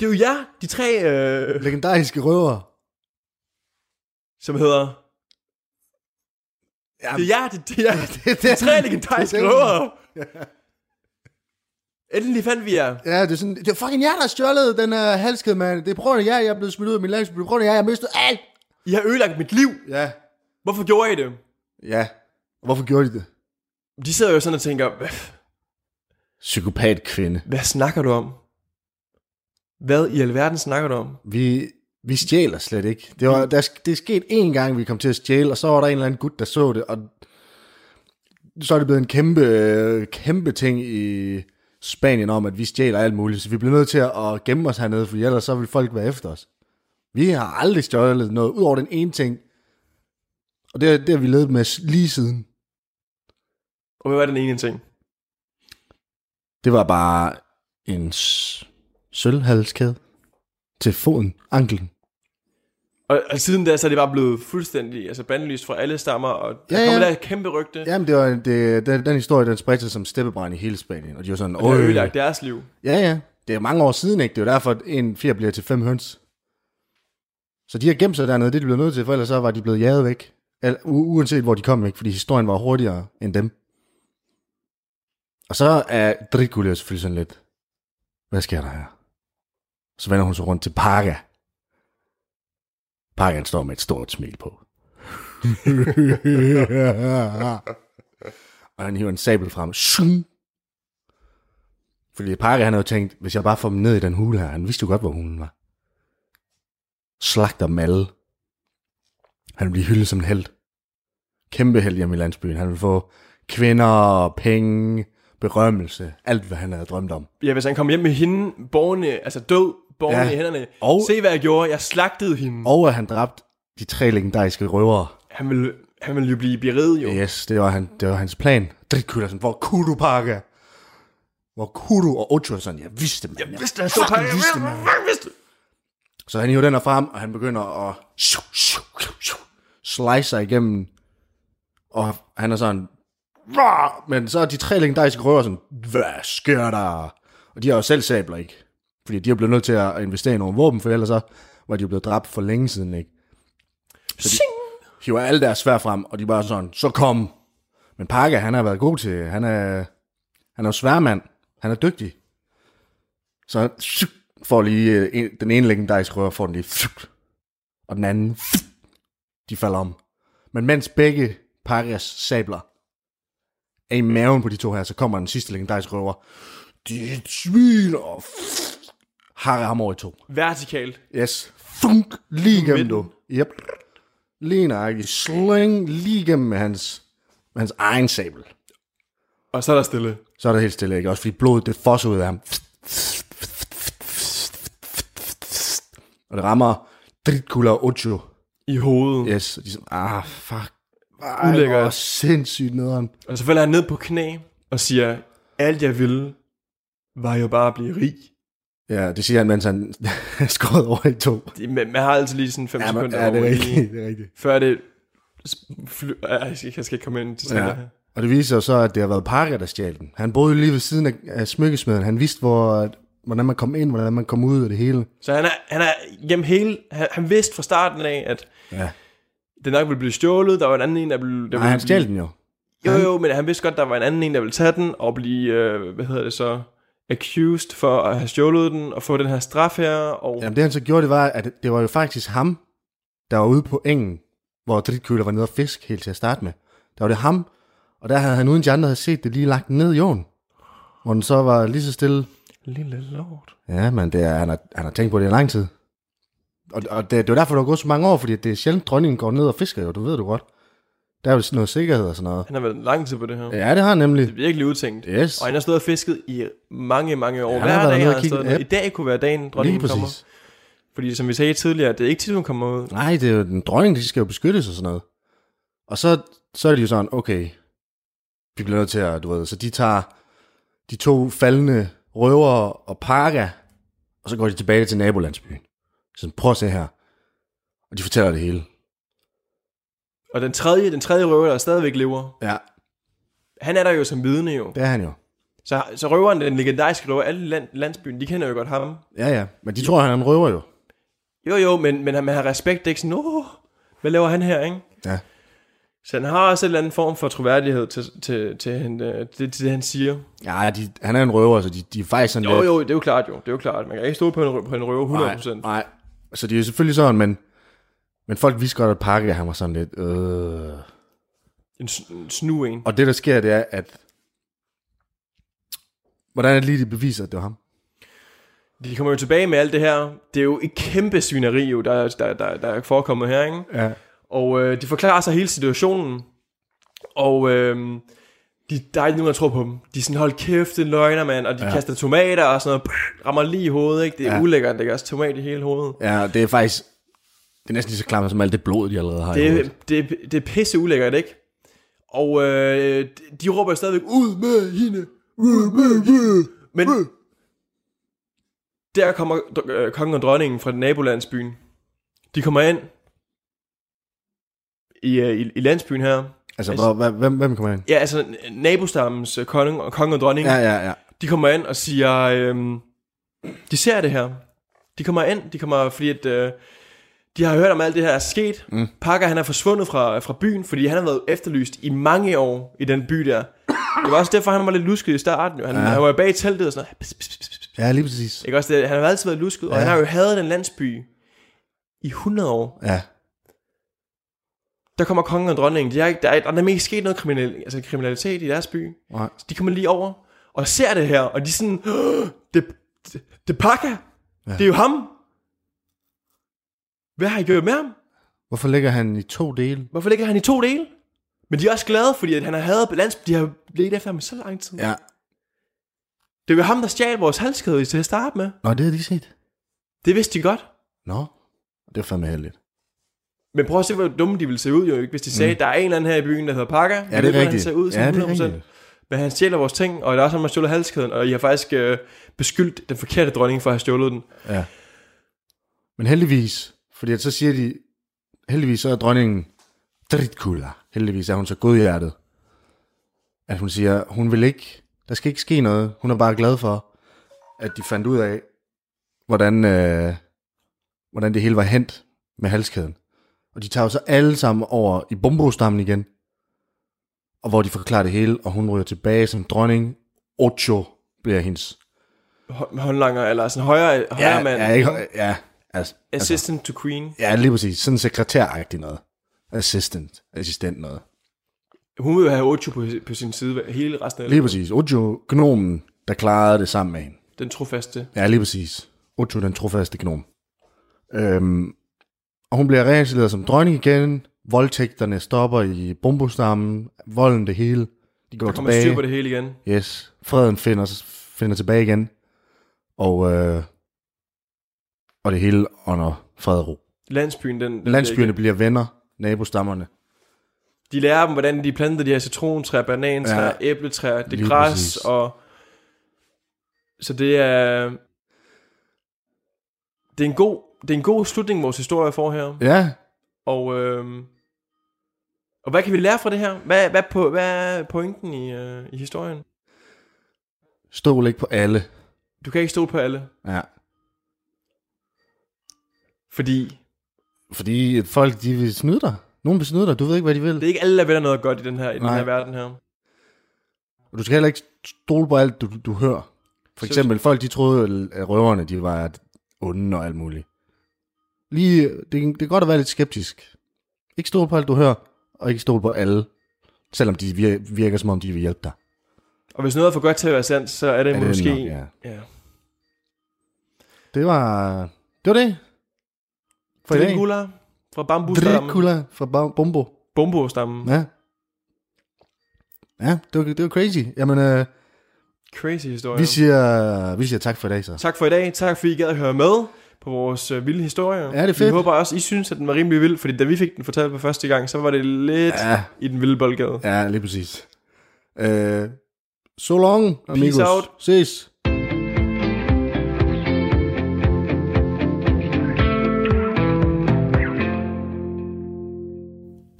Speaker 3: Det er jo jer, de tre, øh,
Speaker 2: legendariske røver.
Speaker 3: som hedder...
Speaker 2: Ja,
Speaker 3: Det er jer, det, det er jer.
Speaker 2: det, det,
Speaker 3: De tre legendariske røver. Endelig fandt vi jer.
Speaker 2: Ja, det er sådan, det er fucking jer, der har stjålet den her halskæde, mand. Det er på grund af jer, jeg er blevet smidt ud af min landsby. Det er på grund af jer, jeg har mistet alt.
Speaker 3: I har ødelagt mit liv.
Speaker 2: Ja.
Speaker 3: Hvorfor gjorde I det?
Speaker 2: Ja. Hvorfor gjorde de det?
Speaker 3: De sidder jo sådan og tænker, hvad,
Speaker 2: Psykopat kvinde.
Speaker 3: hvad snakker du om? Hvad i alverden snakker du om?
Speaker 2: Vi, vi stjæler slet ikke. Det, var, der, sk- det er sket én gang, vi kom til at stjæle, og så var der en eller anden gut, der så det, og så er det blevet en kæmpe, øh, kæmpe ting i Spanien om, at vi stjæler alt muligt, så vi bliver nødt til at at gemme os hernede, for ellers så vil folk være efter os. Vi har aldrig stjålet noget, ud over den ene ting, og det, det har vi levet med s- lige siden.
Speaker 3: Og hvad var den ene ting?
Speaker 2: Det var bare en s- sølvhalskæde til foden, anklen.
Speaker 3: Og, og siden da, så er det bare blevet fuldstændig altså bandlyst fra alle stammer, og der
Speaker 2: Ja,
Speaker 3: ja, kommer
Speaker 2: ja.
Speaker 3: der et kæmpe rygte, ja.
Speaker 2: Jamen, det var, det, den, den historie, den spredte sig som steppebrand i hele Spanien. Og de var sådan,
Speaker 3: der har
Speaker 2: åh,
Speaker 3: ødelagt deres liv.
Speaker 2: ja, ja. Det er mange år siden, ikke? Det er jo derfor, at en fjer bliver til fem høns. Så de har gemt sig dernede, det er de blev nødt til, for ellers så var de blevet jaget væk. Al, u- uanset hvor de kom, ikke? Fordi historien var hurtigere end dem. Og så er Dracula selvfølgelig sådan lidt, hvad sker der her? Så vender hun sig rundt til Parga. Pargan står med et stort smil på. og han hiver en sabel frem. Shung! Fordi Parker han havde jo tænkt, hvis jeg bare får dem ned i den hule her, han vidste jo godt, hvor hulen var. Slagter dem alle. Han vil blive hyldet som en held. Kæmpe held hjemme i landsbyen. Han vil få kvinder, penge, berømmelse, alt hvad han havde drømt om.
Speaker 3: Ja, hvis han kom hjem med hende, borgerne, altså død, borgerne
Speaker 2: Ja.
Speaker 3: ja. i hænderne.
Speaker 2: Og-
Speaker 3: Og... Se, hvad jeg gjorde. Jeg slagtede hende. Og...
Speaker 2: Og at han dræbt de tre legendariske røvere.
Speaker 3: Han, ville, han ville jo blive beriget, jo. Ja.
Speaker 2: Yes, det var, han, det var hans plan. Drickyld sådan, hvor kunne du pakke? Hvor kunne du? Og Ocho er sådan, jeg vidste, man. Jeg
Speaker 3: Vidste han stod på
Speaker 2: fucking vidste, man.
Speaker 3: Jeg vidste
Speaker 2: Så han hiver den her frem, og han begynder at shu, shu, shu, shu, slice sig igennem. Og han er sådan... "Rah!" Men så er de tre legendariske røver sådan, hvad sker der? Og de har jo selv sabler, ikke? Fordi de er blevet nødt til at investere i nogle våben, for ellers så var de jo blevet dræbt for længe siden, ikke?
Speaker 3: Sing!
Speaker 2: hiver alle deres svær frem, og de bare sådan, så kom. Men Parker, han har været god til, han er, han er jo sværmand, han er dygtig. Så han syk, får lige, øh, en, den ene legendariske rør får den lige, syk, og den anden, syk, de falder om. Men mens begge Parkers sabler er i maven på de to her, så kommer den sidste legendariske røver. De svin og hakker ham over i to.
Speaker 3: Vertikalt.
Speaker 2: Yes. Funk lige igennem, du.
Speaker 3: midten.
Speaker 2: Yep. Lige nøjagtigt. Sling lige igennem med hans, med hans egen sabel.
Speaker 3: Og så er der stille.
Speaker 2: Så er der helt stille, ikke? Også fordi blodet, det fosser ud af ham. Og det rammer Dritkula og Ocho.
Speaker 3: I hovedet. Ja.
Speaker 2: Yes. Og de er sådan, ah, fuck.
Speaker 3: Ulækkert.
Speaker 2: Ej, hvor sindssygt nederen.
Speaker 3: Og så falder han ned på knæ og siger, alt jeg ville, var jo bare at blive rig.
Speaker 2: Ja, det siger han, mens han er skåret over i to.
Speaker 3: Det, man, man har altid lige sådan 5
Speaker 2: Ja, men,
Speaker 3: sekunder
Speaker 2: ja, det
Speaker 3: over
Speaker 2: er
Speaker 3: i-
Speaker 2: rigtigt. Det er rigtigt.
Speaker 3: Før det... sp- Fly, Ej, jeg skal jeg skal ikke komme ind til
Speaker 2: Ja.
Speaker 3: ja. her.
Speaker 2: Og det viser jo så, at det har været Parker, der stjal den. Han boede jo lige ved siden af- af smykkesmeden. Han vidste, hvor, hvordan man kom ind, hvordan man kom ud af det hele.
Speaker 3: Så han er, han er gennem hele, han, han vidste fra starten af, at
Speaker 2: Ja.
Speaker 3: det nok ville blive stjålet, der var en anden en, der ville... Der
Speaker 2: Nej,
Speaker 3: ville
Speaker 2: han stjal den jo.
Speaker 3: Jo, jo, men han vidste godt, der var en anden en, der ville tage den og blive, øh, hvad hedder det så, accused for at have stjålet den og få den her straf her. Og, ja.
Speaker 2: Jamen, det han så gjorde, det var, at det var jo faktisk ham, der var ude på engen, hvor dritkøler var nede og fisk helt til at starte med. Der var det ham, og der havde han uden de andre havde set det lige lagt den ned i jorden. Hvor den så var lige så stille.
Speaker 3: Lille lord.
Speaker 2: Ja, men det er, han, har, han har tænkt på det i lang tid. Og, og det, det er jo derfor, der er gået så mange år, fordi det er sjældent, dronningen går ned og fisker, jo, du ved du godt. Der er jo noget sikkerhed og sådan noget.
Speaker 3: Han har været lang tid på det her. Ja.
Speaker 2: Ja, det har han nemlig.
Speaker 3: Det er virkelig udtænkt.
Speaker 2: Yes.
Speaker 3: Og han har stået og fisket i mange, mange år.
Speaker 2: Ja,
Speaker 3: Ja,
Speaker 2: han har
Speaker 3: Hver
Speaker 2: været
Speaker 3: dag
Speaker 2: nede og
Speaker 3: har han
Speaker 2: kigge-
Speaker 3: stået ned.
Speaker 2: ja.
Speaker 3: I dag kunne være dagen,
Speaker 2: Lige
Speaker 3: dronningen kommer.
Speaker 2: præcis.
Speaker 3: Fordi som vi sagde tidligere, det er ikke tit, hun kommer ud.
Speaker 2: Nej, det er jo den dronning, de skal jo beskyttes og sådan noget. Og så, så er de jo sådan, okay, vi bliver nødt til at, du ved, så de tager de to faldende røver og parker, og så går de tilbage til nabolandsbyen. Så prøv at se her. Og de fortæller det hele.
Speaker 3: Og den tredje, den tredje røver, der stadigvæk lever,
Speaker 2: Ja,
Speaker 3: han er der jo som vidne jo.
Speaker 2: det er han jo.
Speaker 3: Så, så røveren, den legendariske røver, alle i land, landsbyen, de kender jo godt ham.
Speaker 2: Ja, ja. Men de tror, han er en røver jo.
Speaker 3: Jo jo, men, men han- man har respekt, det er ikke sådan, oh, hvad laver han her, ikke?
Speaker 2: Ja.
Speaker 3: Så han har også en eller anden form for troværdighed til, til, til, han, øh, det, til det, han siger.
Speaker 2: Ja, de, han er en røver, så de, de er faktisk sådan
Speaker 3: Jo,
Speaker 2: lidt...
Speaker 3: jo, det er jo klart jo. Det er jo klart. Man kan ikke stole på en, rø- på en røver 100%.
Speaker 2: Nej, nej. Så det er jo selvfølgelig sådan, men, men folk vidste godt, at Parker han var sådan lidt... Øh.
Speaker 3: En, s- en snu en.
Speaker 2: Og det, der sker, det er, at... Hvordan er det lige, de beviser, at det var ham?
Speaker 3: De kommer jo tilbage med alt det her. Det er jo et kæmpe svineri, jo, der, der, der, der er forekommet her, ikke?
Speaker 2: Ja.
Speaker 3: Og øh, de forklarer sig hele situationen. Og øh, de, der er ikke nogen, der tror på dem. De er sådan, hold kæft, det er løgner, mand. Og de ja. kaster tomater og sådan noget. Brrr, rammer lige i hovedet, ikke? Det er
Speaker 2: Ja.
Speaker 3: ja. ulækkert, det gør også tomat i hele hovedet.
Speaker 2: Ja, det er faktisk... Det er næsten lige så klamt som alt det blod, de allerede har i
Speaker 3: Det, er-
Speaker 2: hovedet.
Speaker 3: det, er- det er pisse ulækkert, ikke? Og øh, de- de råber stadigvæk, ud med hende, ud med hende. Men der kommer dr- øh, kongen og dronningen fra nabolandsbyen. De kommer ind i, øh, i, i landsbyen her.
Speaker 2: Altså, hvor, hvad- hvem, hvem kommer ind?
Speaker 3: Ja, altså nabostammens øh, konge og, konge og dronning,
Speaker 2: Ja,
Speaker 3: ja.
Speaker 2: ja, ja.
Speaker 3: de kommer ind og siger, øhm, de ser det her. De kommer ind, de kommer, fordi at, øh, de har hørt om alt det her er sket. Mm. Parker, han er forsvundet fra, fra byen, fordi han har været efterlyst i mange år i den by der. Det var også derfor, han var lidt lusket i starten. jo. Han, ja. han var jo bag i teltet og sådan noget. Pss, pss, pss, pss.
Speaker 2: Ja, lige præcis.
Speaker 3: Ikke også det? Han har altid været lusket, ja. og han har jo hadet den landsby i 100 år.
Speaker 2: Ja.
Speaker 3: Der kommer kongen og dronningen. De er ikke, der, er, der er nemlig ikke sket noget kriminal, altså kriminalitet i deres by.
Speaker 2: Nej.
Speaker 3: De kommer lige over og ser det her, og de er sådan, "Åh, det, det, det pakker. Ja. Det er jo ham. Hvad har I gjort med ham?
Speaker 2: Hvorfor ligger han i to dele?
Speaker 3: Hvorfor ligger han i to dele? Men de er også glade, fordi at han har hadet lands... De har let efter ham i så lang tid. Ja.
Speaker 2: Ja.
Speaker 3: Det var ham, der stjal vores halskæde til at starte med.
Speaker 2: Nå, det har de set.
Speaker 3: Det vidste de godt.
Speaker 2: Nå. Det var fandme heldigt.
Speaker 3: Men prøv at se, hvor dumme de ville se ud, jo, ikke? hvis de sagde, mm. der er en eller anden her i byen, der hedder Parker.
Speaker 2: Ja, det er
Speaker 3: Han
Speaker 2: rigtigt.
Speaker 3: ser ud som
Speaker 2: ja,
Speaker 3: 100%.
Speaker 2: det er rigtigt.
Speaker 3: Men han stjæler vores ting, og der er også ham, der har stjålet halskæden, og I har faktisk øh, beskyldt den forkerte dronning for at have stjålet den.
Speaker 2: Ja. Men heldigvis, fordi at så siger de, heldigvis så er dronningen dritkula. Heldigvis er hun så godhjertet, at hun siger, hun vil ikke, der skal ikke ske noget. Hun er bare glad for, at de fandt ud af, hvordan, øh, hvordan det hele var hent med halskæden. Og de tager jo så alle sammen over i bombostammen igen, og hvor de forklarer det hele, og hun ryger tilbage som dronning. Ocho bliver hendes.
Speaker 3: Hå- håndlanger, eller sådan højre, højre ja, mand.
Speaker 2: ja, ikke, ja, altså, altså,
Speaker 3: Assistant to Queen.
Speaker 2: Ja, lige præcis. Sådan sekretæragtig noget. Assistant. Assistent noget.
Speaker 3: Hun vil jo have Ocho på, på sin side hele resten af
Speaker 2: Lige præcis. Ojo, gnomen, der klarede det sammen med hende.
Speaker 3: den trofaste.
Speaker 2: Ja, lige præcis. Ojo, den trofaste gnom. Øhm, og hun bliver reinstalleret som dronning igen. Voldtægterne stopper i bombostammen. Volden det hele. De går
Speaker 3: Kommer styr på
Speaker 2: tilbage.
Speaker 3: det hele igen.
Speaker 2: Yes. Freden finder, finder tilbage igen. Og, øh, og det hele under fred og ro.
Speaker 3: Landsbyen, den, den
Speaker 2: Landsbyerne bliver venner. Nabostammerne.
Speaker 3: De lærer dem, hvordan de plantede de her citrontræer, banantræer,
Speaker 2: Ja.
Speaker 3: ja. æbletræer, det
Speaker 2: Lige
Speaker 3: græs,
Speaker 2: præcis.
Speaker 3: og... Så det er... Det er en god, det er en god slutning, vores historie får her.
Speaker 2: Ja,
Speaker 3: Og, øhm, og hvad kan vi lære fra det her? Hvad, hvad, på, hvad er pointen i, øh, i historien?
Speaker 2: Stol ikke på alle.
Speaker 3: Du kan ikke stole på alle,
Speaker 2: Ja.
Speaker 3: fordi
Speaker 2: Fordi at folk, de vil snyde dig. Nogen vil snyde dig. Du ved ikke, hvad de vil.
Speaker 3: det er ikke alle, der vil noget godt i den her, i den
Speaker 2: Nej.
Speaker 3: her verden her.
Speaker 2: Og du skal heller ikke stole på alt, du, du hører. For
Speaker 3: Så-
Speaker 2: eksempel, folk de troede, at røverne de var onde og alt muligt. Lige, det, det kan godt at være lidt skeptisk. Ikke stole på alt, du hører, og ikke stole på alle. Selvom de vir- virker, som om de vil hjælpe dig.
Speaker 3: Og hvis noget er for godt til at være sandt, så er det,
Speaker 2: Er det
Speaker 3: måske...
Speaker 2: nok, ja.
Speaker 3: ja.
Speaker 2: Det var det. Var det. For i dag.
Speaker 3: Dracula fra bambusstammen.
Speaker 2: Dracula fra Ba- Bombo.
Speaker 3: Bombostammen.
Speaker 2: Ja. Ja, det var, det var crazy. Jamen, øh,
Speaker 3: Crazy historie.
Speaker 2: vi, siger, vi siger tak for i dag, så.
Speaker 3: Tak for i dag. Tak fordi I gad at høre med på vores øh, vilde historie.
Speaker 2: det er
Speaker 3: Vi
Speaker 2: fedt.
Speaker 3: håber også, I synes, at den var rimelig vild, fordi da vi fik den fortalt for første gang, så var det lidt ja.
Speaker 2: Ja,
Speaker 3: i den vilde boldgade.
Speaker 2: ja lige præcis. Uh, so long, amigos.
Speaker 3: out.
Speaker 2: Ses.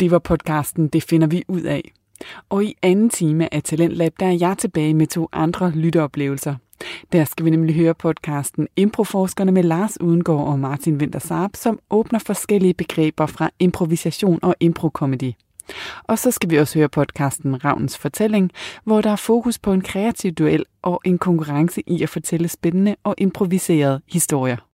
Speaker 1: Det var podcasten Det finder vi ud af. Og i anden time af Talentlab, der er jeg tilbage med to andre lytteoplevelser. Der skal vi nemlig høre podcasten Improforskerne med Lars Udengård og Martin Winter Saab, som åbner forskellige begreber fra improvisation og improkomedy. Og så skal vi også høre podcasten Ravens Fortælling, hvor der er fokus på en kreativ duel og en konkurrence i at fortælle spændende og improviserede historier.